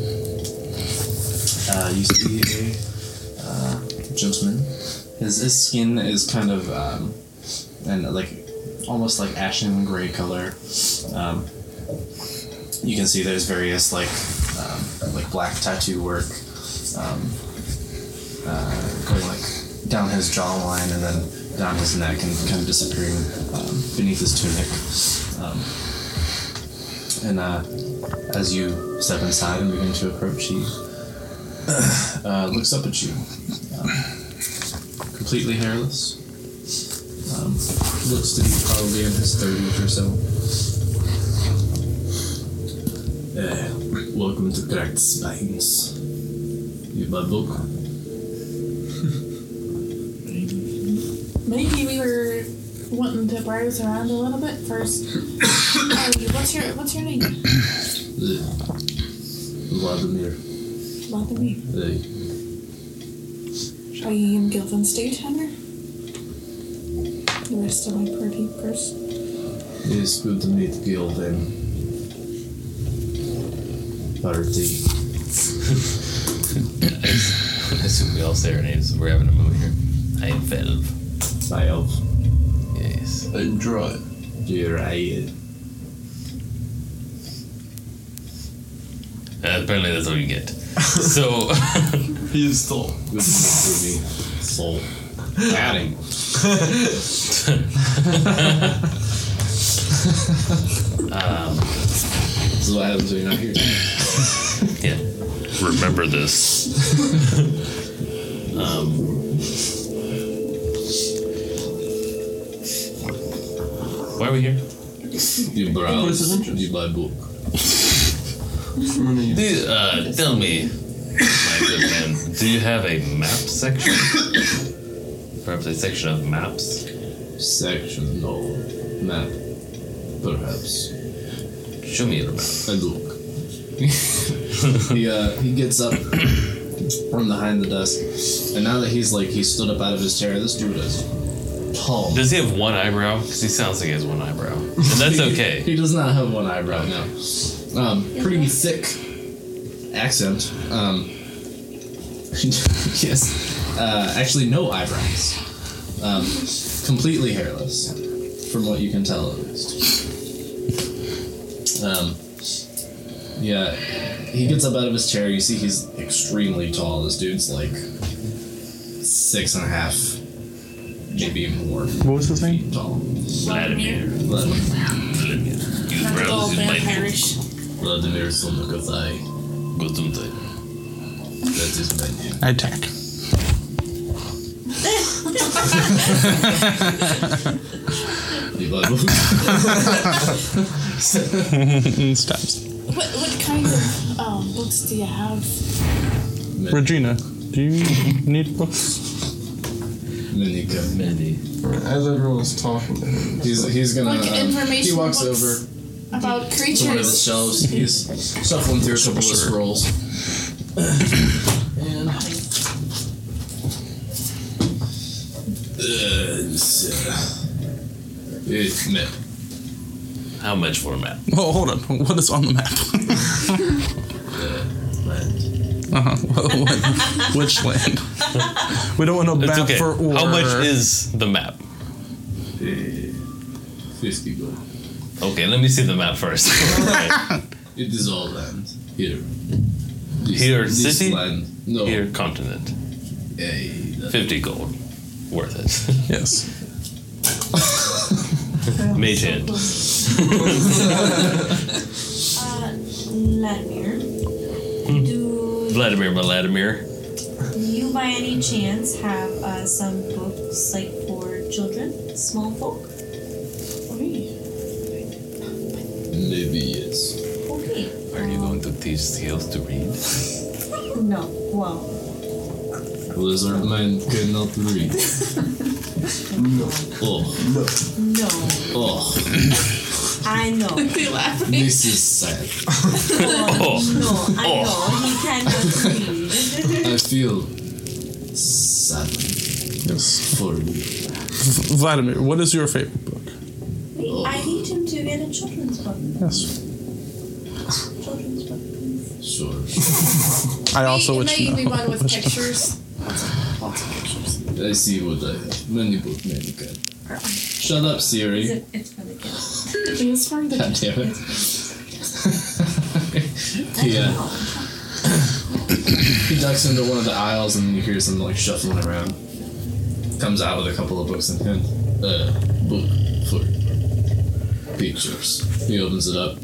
Uh, you see a uh, gentleman. His, his skin is kind of um, and like almost like ashen gray color. Um, you can see there's various like um, like black tattoo work um, uh, going like down his jawline and then down his neck and kind of disappearing um, beneath his tunic. Um, and uh, as you step inside and begin to approach, he uh, looks up at you, um, completely hairless. Um, looks to be probably in his 30s or so. Uh, welcome to Cracked Spines. You my book? Maybe we were wanting to browse around a little bit first. Hey, what's your what's your name? Uh, Vladimir. Let me. Uh, Are you in Gilvan's stage hunter? the rest of my party person. It is good to meet Guild and Party. I assume we all say our names. We're having a moment here. I am Velv. Elf. Yes. Enjoy. You're right. Uh, apparently, that's all you get. So, He is still. Good to meet me. Soul. Adding. um, This is what happens when you're not here. yeah. Remember this. um, why are we here? You browse. You buy book. Do you, uh, tell me, my good man, do you have a map section? Perhaps a section of maps? Section. No. Map. Perhaps. Show me your map. And look. he uh, he gets up from behind the desk, and now that he's like he stood up out of his chair, this dude is tall. Does he have one eyebrow? Because he sounds like he has one eyebrow. And that's okay. He does not have one eyebrow now. Um, pretty thick accent. Um, yes. Uh, actually, no eyebrows. Um, completely hairless, from what you can tell at least. Um, yeah, he gets up out of his chair. You see, he's extremely tall. This dude's like six and a half, maybe more What was his name? feet tall. Vladimir. But Vladimir. You That's all Oh, browse in my book. vampirish. Vladimir Somakathai. Gothamtai. That is my name. I attack. You buy books? Stabs. What, what kind of um, books do you have? Regina, do you need books? Many good. Many. As everyone's talking to him, He's, he's gonna. Like um, information he walks books over About to one of the creatures. shelves. He's shuffling through a couple of scrolls. and. Uh, it's, uh, it's map. How much for a map? Well, Oh, hold on. What is on the map? Land. uh-huh. What, what- Uh-huh. which land? We don't want a It's map okay. for or. How much is the map? Uh, 50 gold. Okay, let me see the map first. It is all land. Here. This, Here, this city? Land. No. Here, continent. Hey, that- 50 gold. Worth it. Yes. Mage hand. Uh, Vladimir, Hmm. do Vladimir Vladimir. you by any chance have uh, some books like for children, small folk? Maybe yes. Okay. Are you going to teach skills to read? No. Well, Lizard man cannot read. Oh, no. oh, I know. They laugh. this is sad. Oh, No, I know. He cannot read. I feel sad Yes. for you. V- Vladimir, what is your favorite book? Wait, I need him to get a children's book. Yes. Children's book. please. Sure. I also would It may be know. one with pictures. I see what I have. Many book, many can. Shut up, Is Siri. it- It's for the kids. It's from the God damn it. he, uh, he ducks into one of the aisles and you hear some like shuffling around. Comes out with a couple of books in hand. Uh, book for pictures. He opens it up.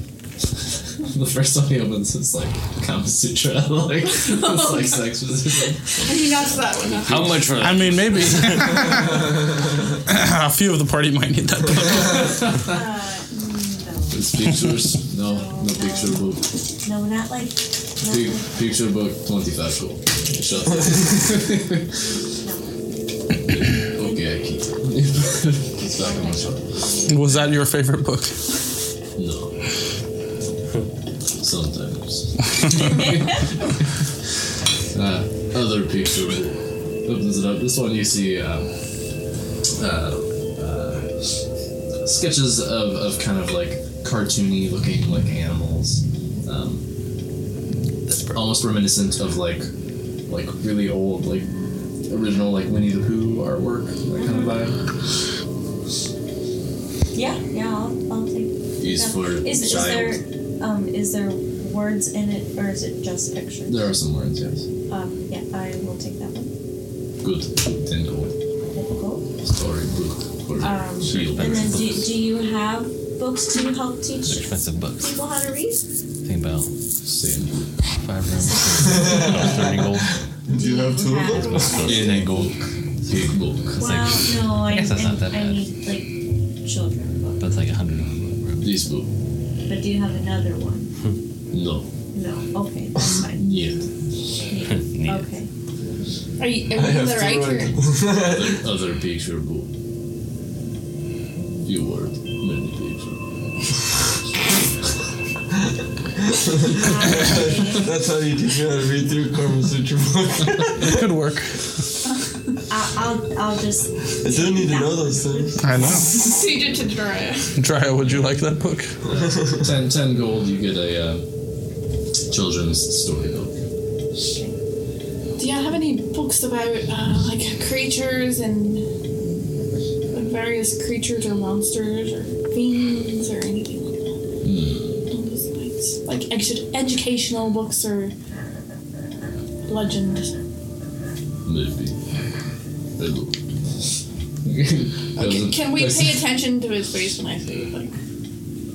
the first one he opens is like Kama Sutra, like it's like sex position. He knows that one. up. how much for that? I mean, maybe. a few of the party might need that book. Uh, It's pictures. No, no picture book. no. No, not like. Not Pic- like picture book twenty five gold. Shut up. okay, I keep it. it's back on my shelf. Was that your favorite book? No. Sometimes. uh, other picture opens it up. This one you see um, uh, uh, sketches of, of kind of like cartoony looking like animals. Um, almost reminiscent of like like really old like original like Winnie the Pooh artwork that kind of vibe. Yeah, yeah, I'll, I'll take. Used yeah. for is, is child. there um is there words in it or is it just pictures? There are some words, yes. Um, yeah, I will take that one. Good tingle Difficult. storybook or Um, shield. and then do, do you have books to help teach Expensive books. people how to read? Think about Same. five rooms, thirty gold. Do you have two of them? Mm-hmm. In gold. Big book. Well, no, I, I guess that's I, not that I bad. need like children books. That's like a hundred. of them. This book. But do you have another one? No. No. Okay, that's fine. Yeah. Neat. Okay. Are you, are you in the right here? Other- Other picture book. You were many picture. That's how you teach me how to read through Karma Sutra book. Good work. I, I'll I'll just I didn't need to know those things. I know. Teach it to Jiraiya. Drya, would you like that book? Ten, ten gold, you get a uh, children's storybook. Do you have any books about uh, like creatures and like, various creatures or monsters or fiends or anything like that? Along those lines. Like edu- educational books or legend. Maybe. A book. Can, can we pay attention to his face when I say like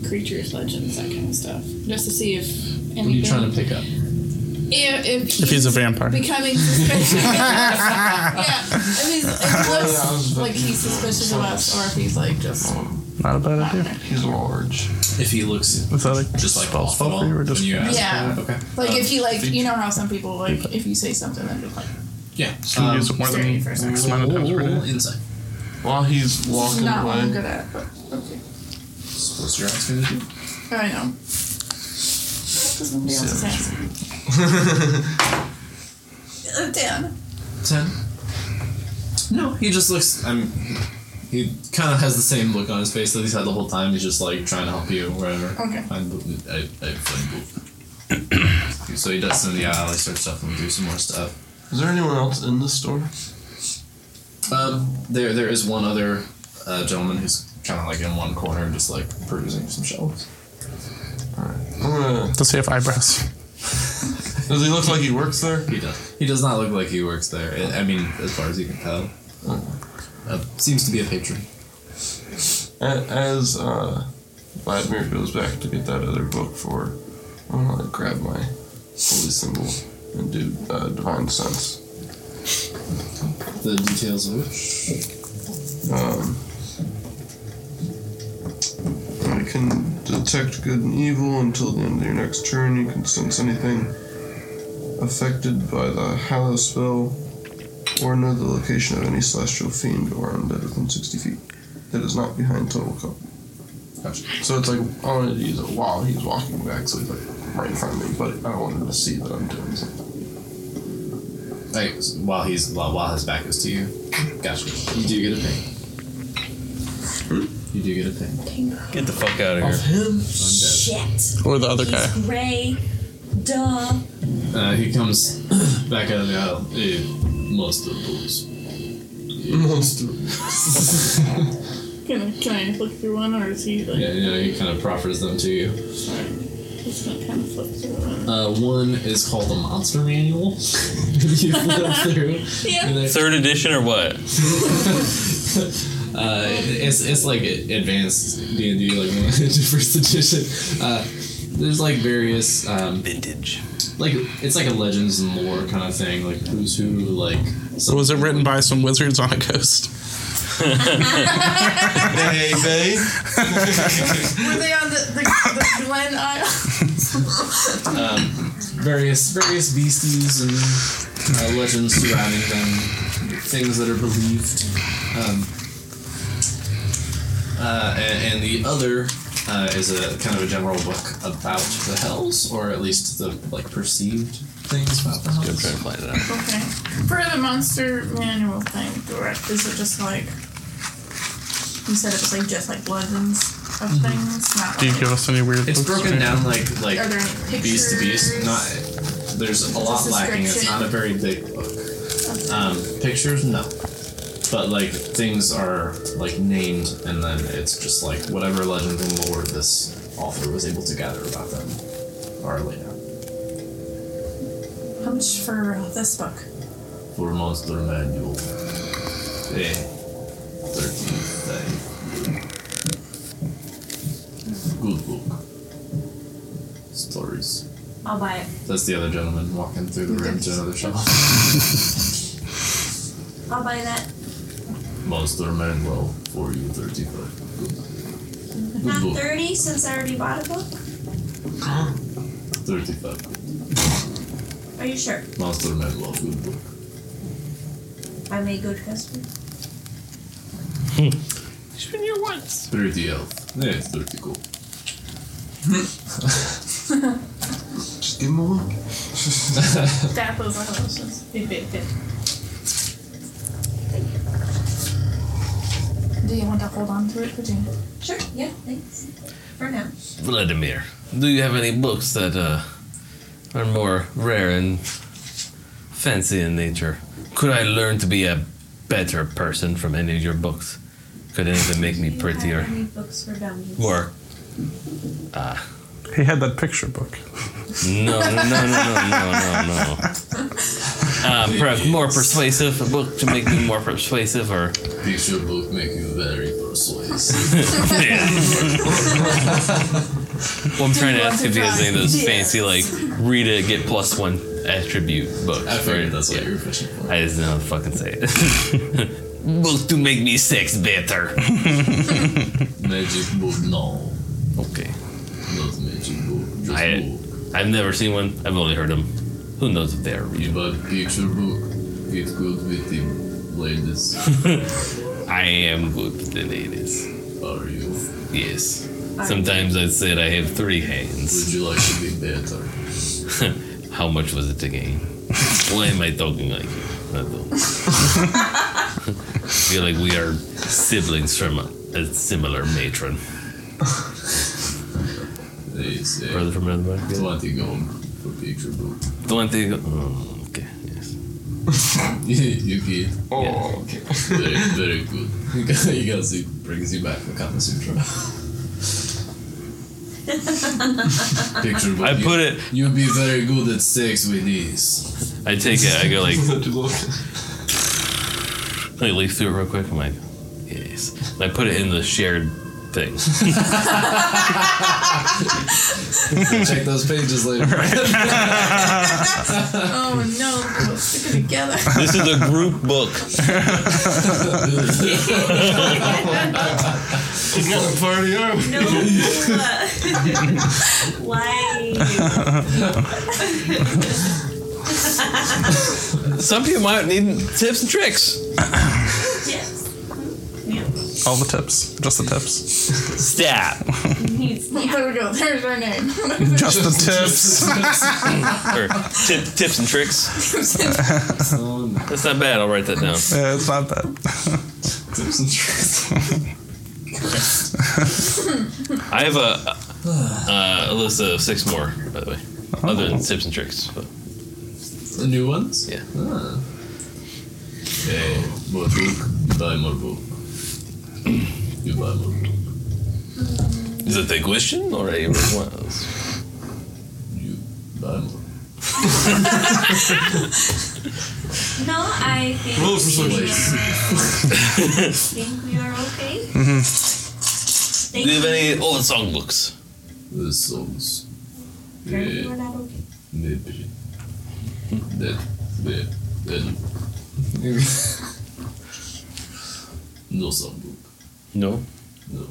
creatures, legends, that kind of stuff, just to see if anything? What are you trying to pick up? If, if, If he's a vampire. becoming suspicious. yeah, if he's, if he looks like he's suspicious of us, or if he's like just Not a bad idea. He's large. If he looks Is that a just like spell off at spell for all, you or when just you ask Yeah. for it, okay. like Um, if you like you know how some people like if you say something they're just like Yeah. Um, Can you use it more than staring for a second. X amount of times per day? Insight. While he's This is walking not what I'm away, good at, but okay. What's your ask gonna do? I know. Because nobody else is asking. Uh, Dan. Ten. No, he just looks. I'm. He kind of has the same look on his face that he's had the whole time. He's just like trying to help you, whatever. Okay. I'm, I, I find book. so he does some of the alley search stuff and do some more stuff. is there anyone else in the store? Um, there there is one other uh, gentleman who's kind of like in one corner, just like perusing some shelves. I'm gonna. Does he have eyebrows? Does he look like he works there? He does. He does not look like he works there. I I mean, as far as you can tell, uh, seems to be a patron. A- As uh, Vladimir goes back to get that other book for, I'm gonna like, grab my holy symbol and do uh, divine sense. The details of which. Um, I can detect good and evil until the end of your next turn. You can sense anything affected by the Hallow spell or know the location of any celestial fiend or undead within 60 feet that is not behind total cover. So it's like, I wanted to use it while he's walking back, so he's like right in front of me, but I don't want him to see that I'm doing something. Like while he's while, while his back is to you. Gotcha. You do get a ping. You do get a ping. Get the fuck out of here. shit. Or the other guy? He's gray. Duh. Uh, he comes back uh, out of the aisle. Hey, monster bulls. Monster. Can I, can I flick through one, or is he like Yeah, you know, he kind of proffers them to you. just gonna kind of flip through one? Uh, one is called the Monster Manual. you flip through. Yeah. and there's- Third edition or what? Uh, it's, it's like advanced D and D, like one- first edition. Uh, there's like various um, Vintage. like it's like a legends and lore kind of thing, like who's who, like So was it written by some wizards on a coast? Hey, babe. Were they on the, the, the Glen Isle? various various beasties and uh, legends surrounding them, things that are believed. Um, uh, and, and the other uh, is a kind of a general book about the hells, or at least the like perceived things about the hells. Try to find it out. Okay. For the monster manual thing, direct, is it just like instead of like just like legends of things. Not Mm-hmm. Do you like- give us any weird? It's books broken right down now? like like Are there any beast to beast. pictures? Not there's a lot lacking. It's not a very big book. Um, pictures, no. But like things are like named, and then it's just like whatever legend and lore this author was able to gather about them are laid out. How much for uh, this book? For monster manual, eh? Thirteenth day. Good book. Stories. I'll buy it. That's the other gentleman walking through the room to another shelf. I'll buy that. Monster Manual for you, 35. Not book. thirty since I already bought a book. 35. Are you sure? Monster Manual, good book. I'm a good customer. Pretty elf. Yeah, it's pretty cool. Just give him a look. That was one of those ones. Do you want to hold on to it, Virginia? Sure. Yeah. Thanks. For now. Vladimir, do you have any books that uh, are more rare and fancy in nature? Could I learn to be a better person from any of your books? Could any of them make me Do you prettier? Have any books for dummies? More? He had that picture book. No, no, no, no, no, no, no. Um, perhaps more persuasive, a book to make me more persuasive, or Picture book make you very persuasive. well, I'm trying to want ask to if he has try? any of those Yeah. fancy like read it, get plus one attribute books. I figured right? that's what Yeah. you were fishing for. I just don't fucking say it. Book to make me sex better. Magic book, no. Okay. Not magic book, just I- book. I've never seen one. I've only heard them. Who knows if they are You real? buy picture book, it good with the ladies. I am good with the ladies. Are you? Yes. Sometimes I said I have three hands. Would you like to be better? How much was it again? Why am I talking like you? I don't. feel like we are siblings from a, a similar matron. They say Brother from another market? 20 gold for picture book. The one thing. Oh, okay. Yes. you get Oh, Yeah. okay. very, very good. you guys, it brings you back to Kama Sutra. Picture book. I you, put it. You'll be very good at sex with these. I take it. I go like. Had to look. I leaf through it real quick. I'm like, yes. And I put it in the shared thing. Check those pages later. Oh no, we'll stick it together. this is a group book. Party up. No. Why? Some people might need tips and tricks. Yes. Yeah. All the tips, just the tips, Stab. He's- yeah. There we go. There's our name. just the tips. or tip, tips and tricks. That's not bad. I'll write that down. Yeah, it's not bad. I have a uh, a list of six more, by the way, other than tips and tricks. But The new ones? Yeah. Ah. Hey, more book. Buy more book. You buy more book. is it the question or a response? You buy more. No, I think. Roll persuasion. we are- think we are okay. Do Thank you have you. any old songbooks? The songs. Apparently Yeah. We're not okay. Maybe. That. Yeah. Then. no song book. No. No.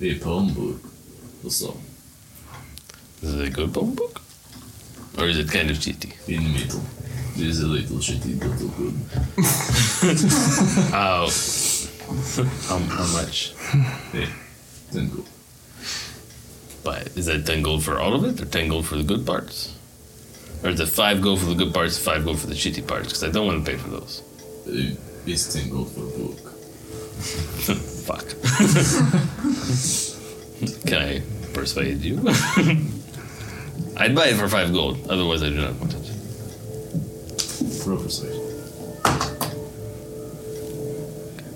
A poem book. A song. Is it a good poem book? Or is it kind of cheaty? In middle. There's a little shitty little good. Oh. how, how much? Hey. Then go. But is that 10 gold for all of it or 10 gold for the good parts? Or is it 5 gold for the good parts, 5 gold for the shitty parts? Because I don't want to pay for those. Uh, it's ten gold for a book. Fuck. Can I persuade you? I'd buy it for five gold. Otherwise, I do not want it. Roll persuasion.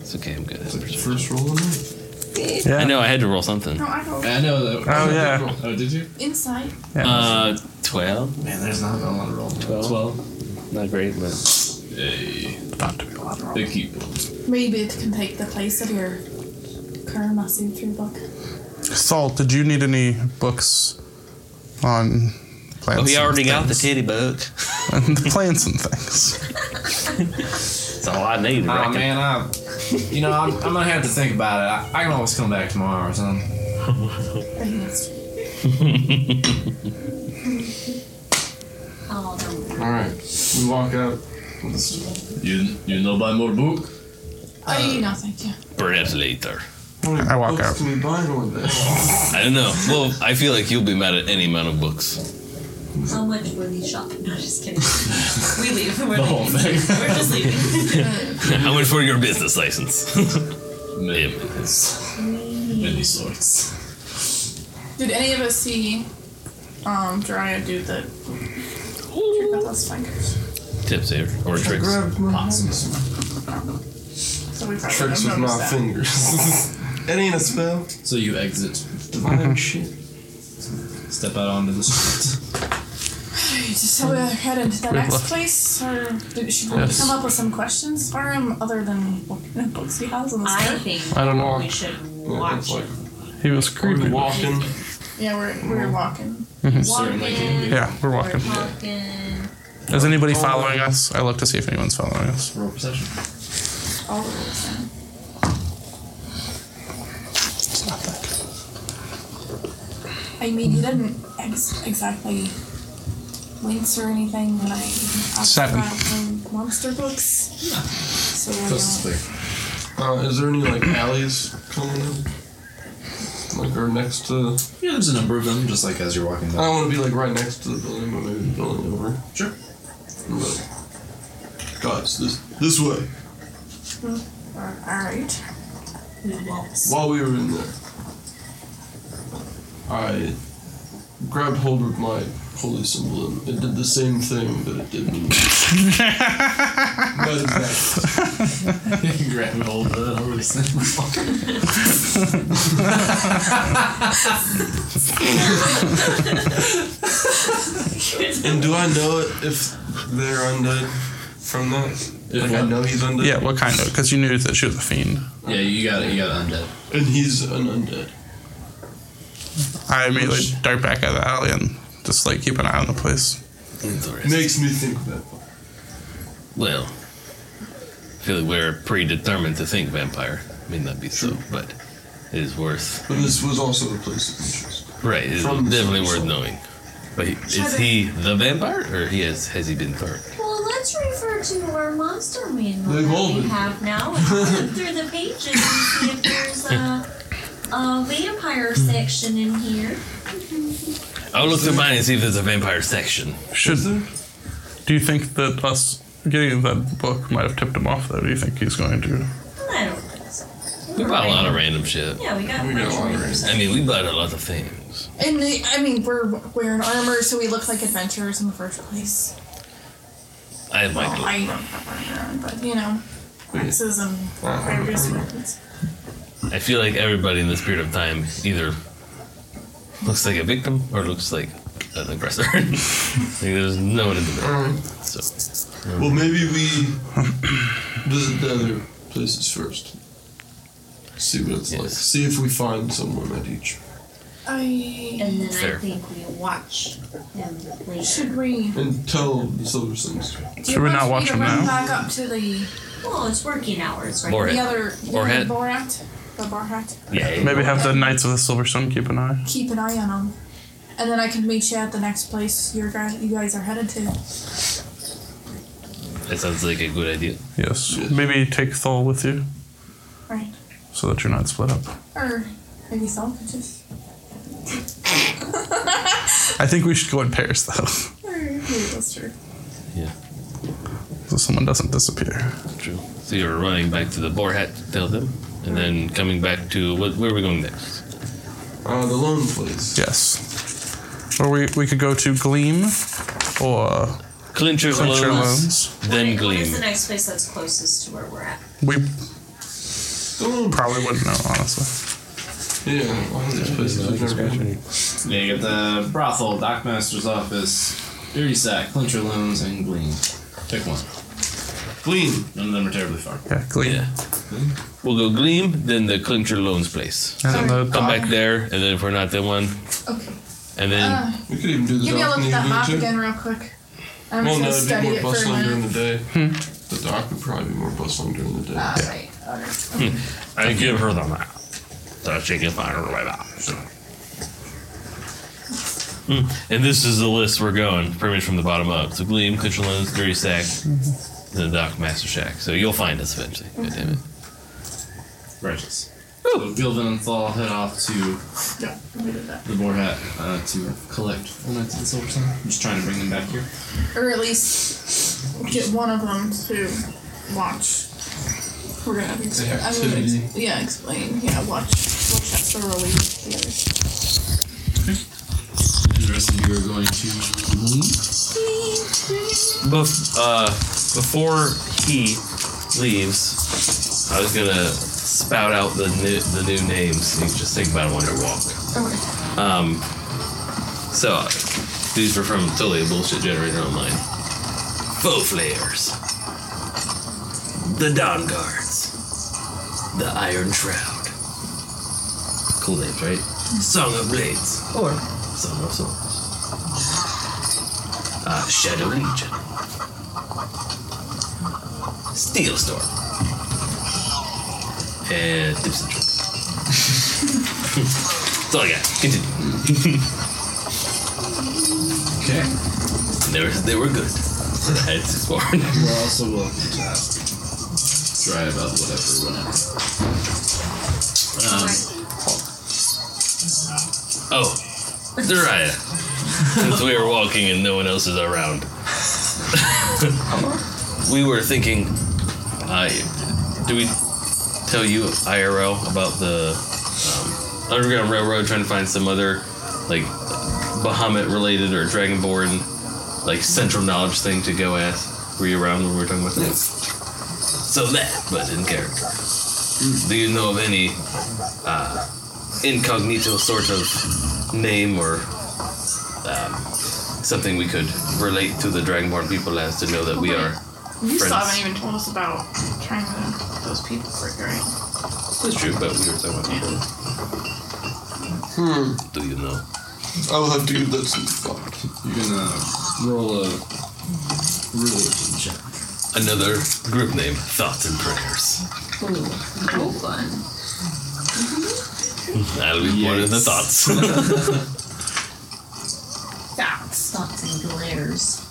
It's okay. I'm good. First roll on that? I know I had to roll something. No, I don't. I know that. Oh, yeah. Oh, did you? Insight. Uh, twelve. Man, there's not a lot of roll. Twelve. Not great, but Hey, Thought to be a lot of roll. they keep. Maybe it can take the place of your Karamasi through book. Salt, did you need any books on plants? Oh, he and already got the things? titty book. the plants and things. That's all I need. I Oh reckon. man, I, you know, I'm, I'm gonna have to think about it. I, I can always come back tomorrow or something. I think that's true. Oh, don't. Alright, we walk out. You you know buy more book? I no, thank you. perhaps later. How many I walk books out. Can we buy one day? I don't know. Well, I feel like you'll be mad at any amount of books. How much were these shopping? No, just kidding. we leave. We're The whole leaving. thing. We're just leaving. I went for your business license. Many, many sorts. Did any of us see um Jiraiya do the trick with us fingers? Tips here or tricks. Grab my So we probably Tricks with don't my notice that. fingers. it ain't a spell. So you exit, Divine shit. step out onto the street. Okay, So we head into the next place, or did- should we Yes. come up with some questions for him other than what kind of books he has on the I side? think I don't know. we should Yeah, watch it's like, it. He was we're creepy. walking. Yeah, we're we're walking. Certainly can be. Yeah, we're walking. Fucking Is anybody following us? I look to see if anyone's following us. Roll perception. All the rules down. I mean, he didn't ex- exactly wince or anything when I asked Seven. about the monster books. So we're Closest not- thing. Uh, is there any like alleys coming up? Like or next to? Yeah, there's a number of them, just like as you're walking I down. don't want to be like right next to the building, but maybe the building over. Sure. I'm like, guys, this this way. all right. We waltz. While we were in there, I grabbed hold of my holy symbol and it did the same thing, but it didn't. Not exactly. Grab hold of that. Already sent. And do I know it if they're undead from that? Like I what? know he's undead. Yeah, what kind of? Because you knew that she was a fiend. Yeah, you got it. You got it undead. And he's an undead. I immediately dart back out of the alley and just like keep an eye on the place. Interesting. Makes me think that. Well, I feel like we're predetermined to think vampire. May not be so, but it is worth. But this was also a place of interest. Right, it's From- definitely worth knowing. But he- is he the vampire, or he has has he been turned? Well, let's refer to our monster manual They've all that we been- have now and flip through the pages and see if there's a, a vampire section in here. I'll look through mine and see if there's a vampire section. Should do you think that us getting that book might have tipped him off though? Do you think he's going to? I don't think so. We bought a lot of random shit. Yeah, we got We a got a lot bunch of of random. I mean, we bought a lot of things. And the, I mean, we're wearing armor, so we look like adventurers in the first place. I have my Oh. Well, clothes. I don't have armor, but you know, axes and various weapons. I feel like everybody in this period of time either looks like a victim or looks like an aggressor. like there's no one in the middle. Alright. So Well, maybe we visit the other places first. See what it's like. Yes. See if we find someone at each. I And then I Fair. think we watch him later. should we? And tell the Silver Sins. Do Should we not want watch me to him run now? back up to the Well, it's working hours, right? Borat. the other the Or other hit. Borat, the Borat? yeah, Maybe have the Knights of the Silver Sun keep an eye. Keep an eye on him, and then I can meet you at the next place your guys you guys are headed to. that sounds like a good idea. Yes. Maybe take Thol with you Right. so that you're not split up. Or maybe selfridges. I think we should go in pairs though, Or maybe that's true. Yeah, so someone doesn't disappear. true. So you're running back to the boar hat, tell them, and then coming back to what, where are we going next? Uh, the lone place. Yes. Or we, we could go to Gleam or Clinch your Clinch your loans, then Where's the gleam. next place that's closest to where we're at? We probably wouldn't know, honestly. Yeah, all these places we've never been. Yeah, you got the brothel, dockmaster's office, dirty sack, clincher loans, and glean. Pick one. Gleam. None of them are terribly far. Yeah, Gleam. Yeah. We'll go gleam, then the clinch your loans place. And then the Come dock- back there, and then if we're not that one, Okay. and then Uh, We could even do the give me a dock look at and that map even do it too. again, real quick. I'm Well, just no, it'd be gonna study more it for a bustling during minute. the day. The dock would probably be more bustling during the day. Ah, right. Okay. Hmm. I give her the map. So she can find her way back. Hmm. And this is the list we're going, pretty much from the bottom up. So Gleam, Kitchelins, Dirty Sack, the Doc Master Shack. So you'll find us eventually. God damn it. Righteous. So Gilvin and Thal head off to Yeah, we did that. the boar hat uh, to collect the Knights of the Silver Sun. I'm just trying to bring them back here. Or at least get one of them to watch. We're gonna have ex- I would ex- yeah, explain. Yeah, watch. Watch that thoroughly. with The others. And the rest of you are going to glean. Bef- uh, before he leaves, I was gonna spout out the new, the new names. You just think about it when you walk. Um, Okay. So these were from totally a bullshit generator online. Foe flares. The Dawn Guards. The Iron Shroud. Cool names, right? Song of Blades. Or Song of Swords. Uh, Shadow Legion. Steel Eh, Storm. And Dipsy Jones. That's all I got. Continue. Okay. They were, they were good. So I had to explore. We're also welcome to ask try about whatever, Um, whenever. oh, Dariah. Since we were walking and no one else is around, we were thinking, uh, do we tell you IRL about the um, Underground Railroad trying to find some other like Bahamut related or Dragonborn like central knowledge thing to go at? Were you around when we were talking about that? So that, but in character. Do you know of any uh, incognito sort of name or um, something we could relate to the Dragonborn people as to know that we are? You still Friends. haven't even told us about trying to those people for right? That's true, but we were talking about people. Do you know? I'll have to give that some thought. You're gonna roll a religion check. Another group name, Thoughts and Prayers. Oh, fun. That'll be one of the Yes. thoughts. That's Thoughts and glares.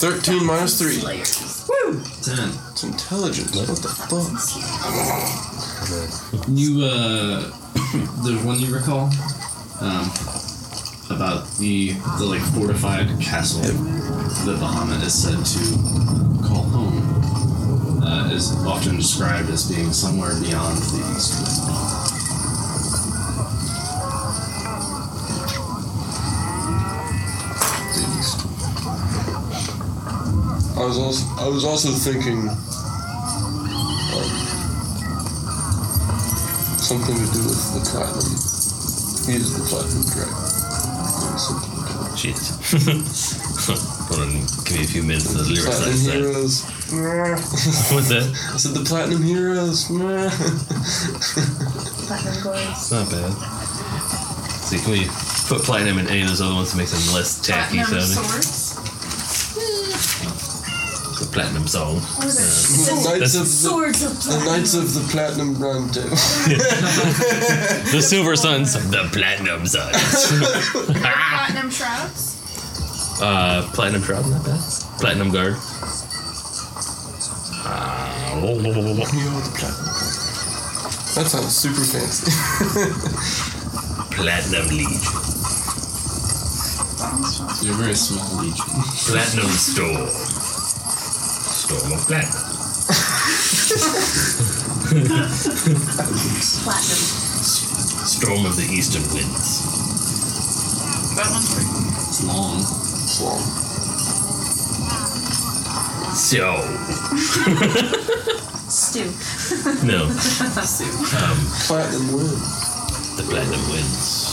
Thirteen minus three. Ten. It's intelligence. What the fuck? You, uh, there's one you recall um, about the, the like fortified castle that Bahamut is said to call home. Uh, is often described as being somewhere beyond the east. I was also I was also thinking um, something to do with the platinum. He is the platinum dragon. Or something to do with Shit. Hold on, give me a few minutes to Platinum lyricize that. heroes. Nah. What's that? I said the platinum heroes. Nah. Platinum glares. It's not bad. See, can we put platinum in any of those other ones to make them less tacky platinum sounding? swords. The platinum song. Knights of the, Swords of the Knights of the Platinum Round Table. The Silver Suns. The Platinum Suns. Platinum shrouds. uh, platinum Shroud, not bad. Platinum Guard. Uh, You are the platinum. dragon. That sounds super fancy. platinum Legion. Bombs, bombs, You're very small legion. Platinum Storm. Storm of Platinum. Platinum. Storm of the Eastern Winds. That one's pretty It's long. It's long. So. Stew. No. Stew. um, Platinum wins. the Platinum wins.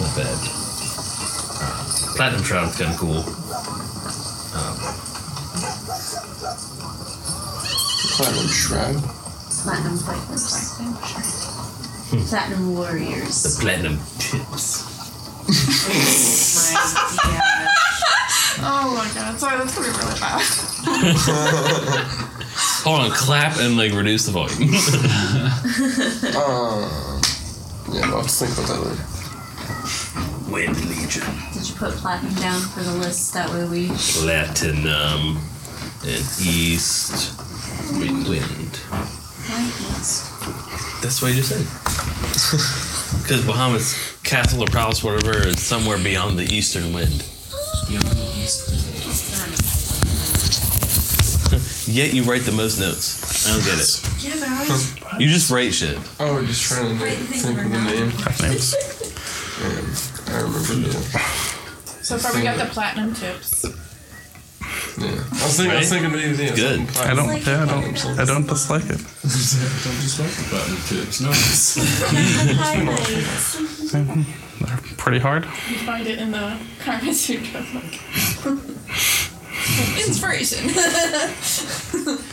Not bad. Platinum Shroud's kind of cool. Um, Platinum Shroud. Platinum Fighters. Platinum Warriors. the Platinum Chips. uh, Oh my god, sorry, that's gonna be really bad. Hold on, clap and like reduce the volume. Uh, yeah, I'll have to think about that later. Wind Legion. Did you put platinum down for the list? That way we. Platinum. And East. Wind. Wind. That's what you just said. Because Bahamas Castle or Palace, whatever, is somewhere beyond the eastern wind. Beyond the eastern. Yet you write the most notes. I don't get it. Yeah, they're always You just write shit. Oh, we're just trying to think of the name. Thanks. I remember that. So far, we got the platinum tips. Yeah. I was thinking, I was thinking maybe the Good. I don't. Yeah, I don't. I don't dislike it. don't dislike the platinum chips. Mhm. They're pretty hard. You find it in the Karma Sutra. book. Inspiration.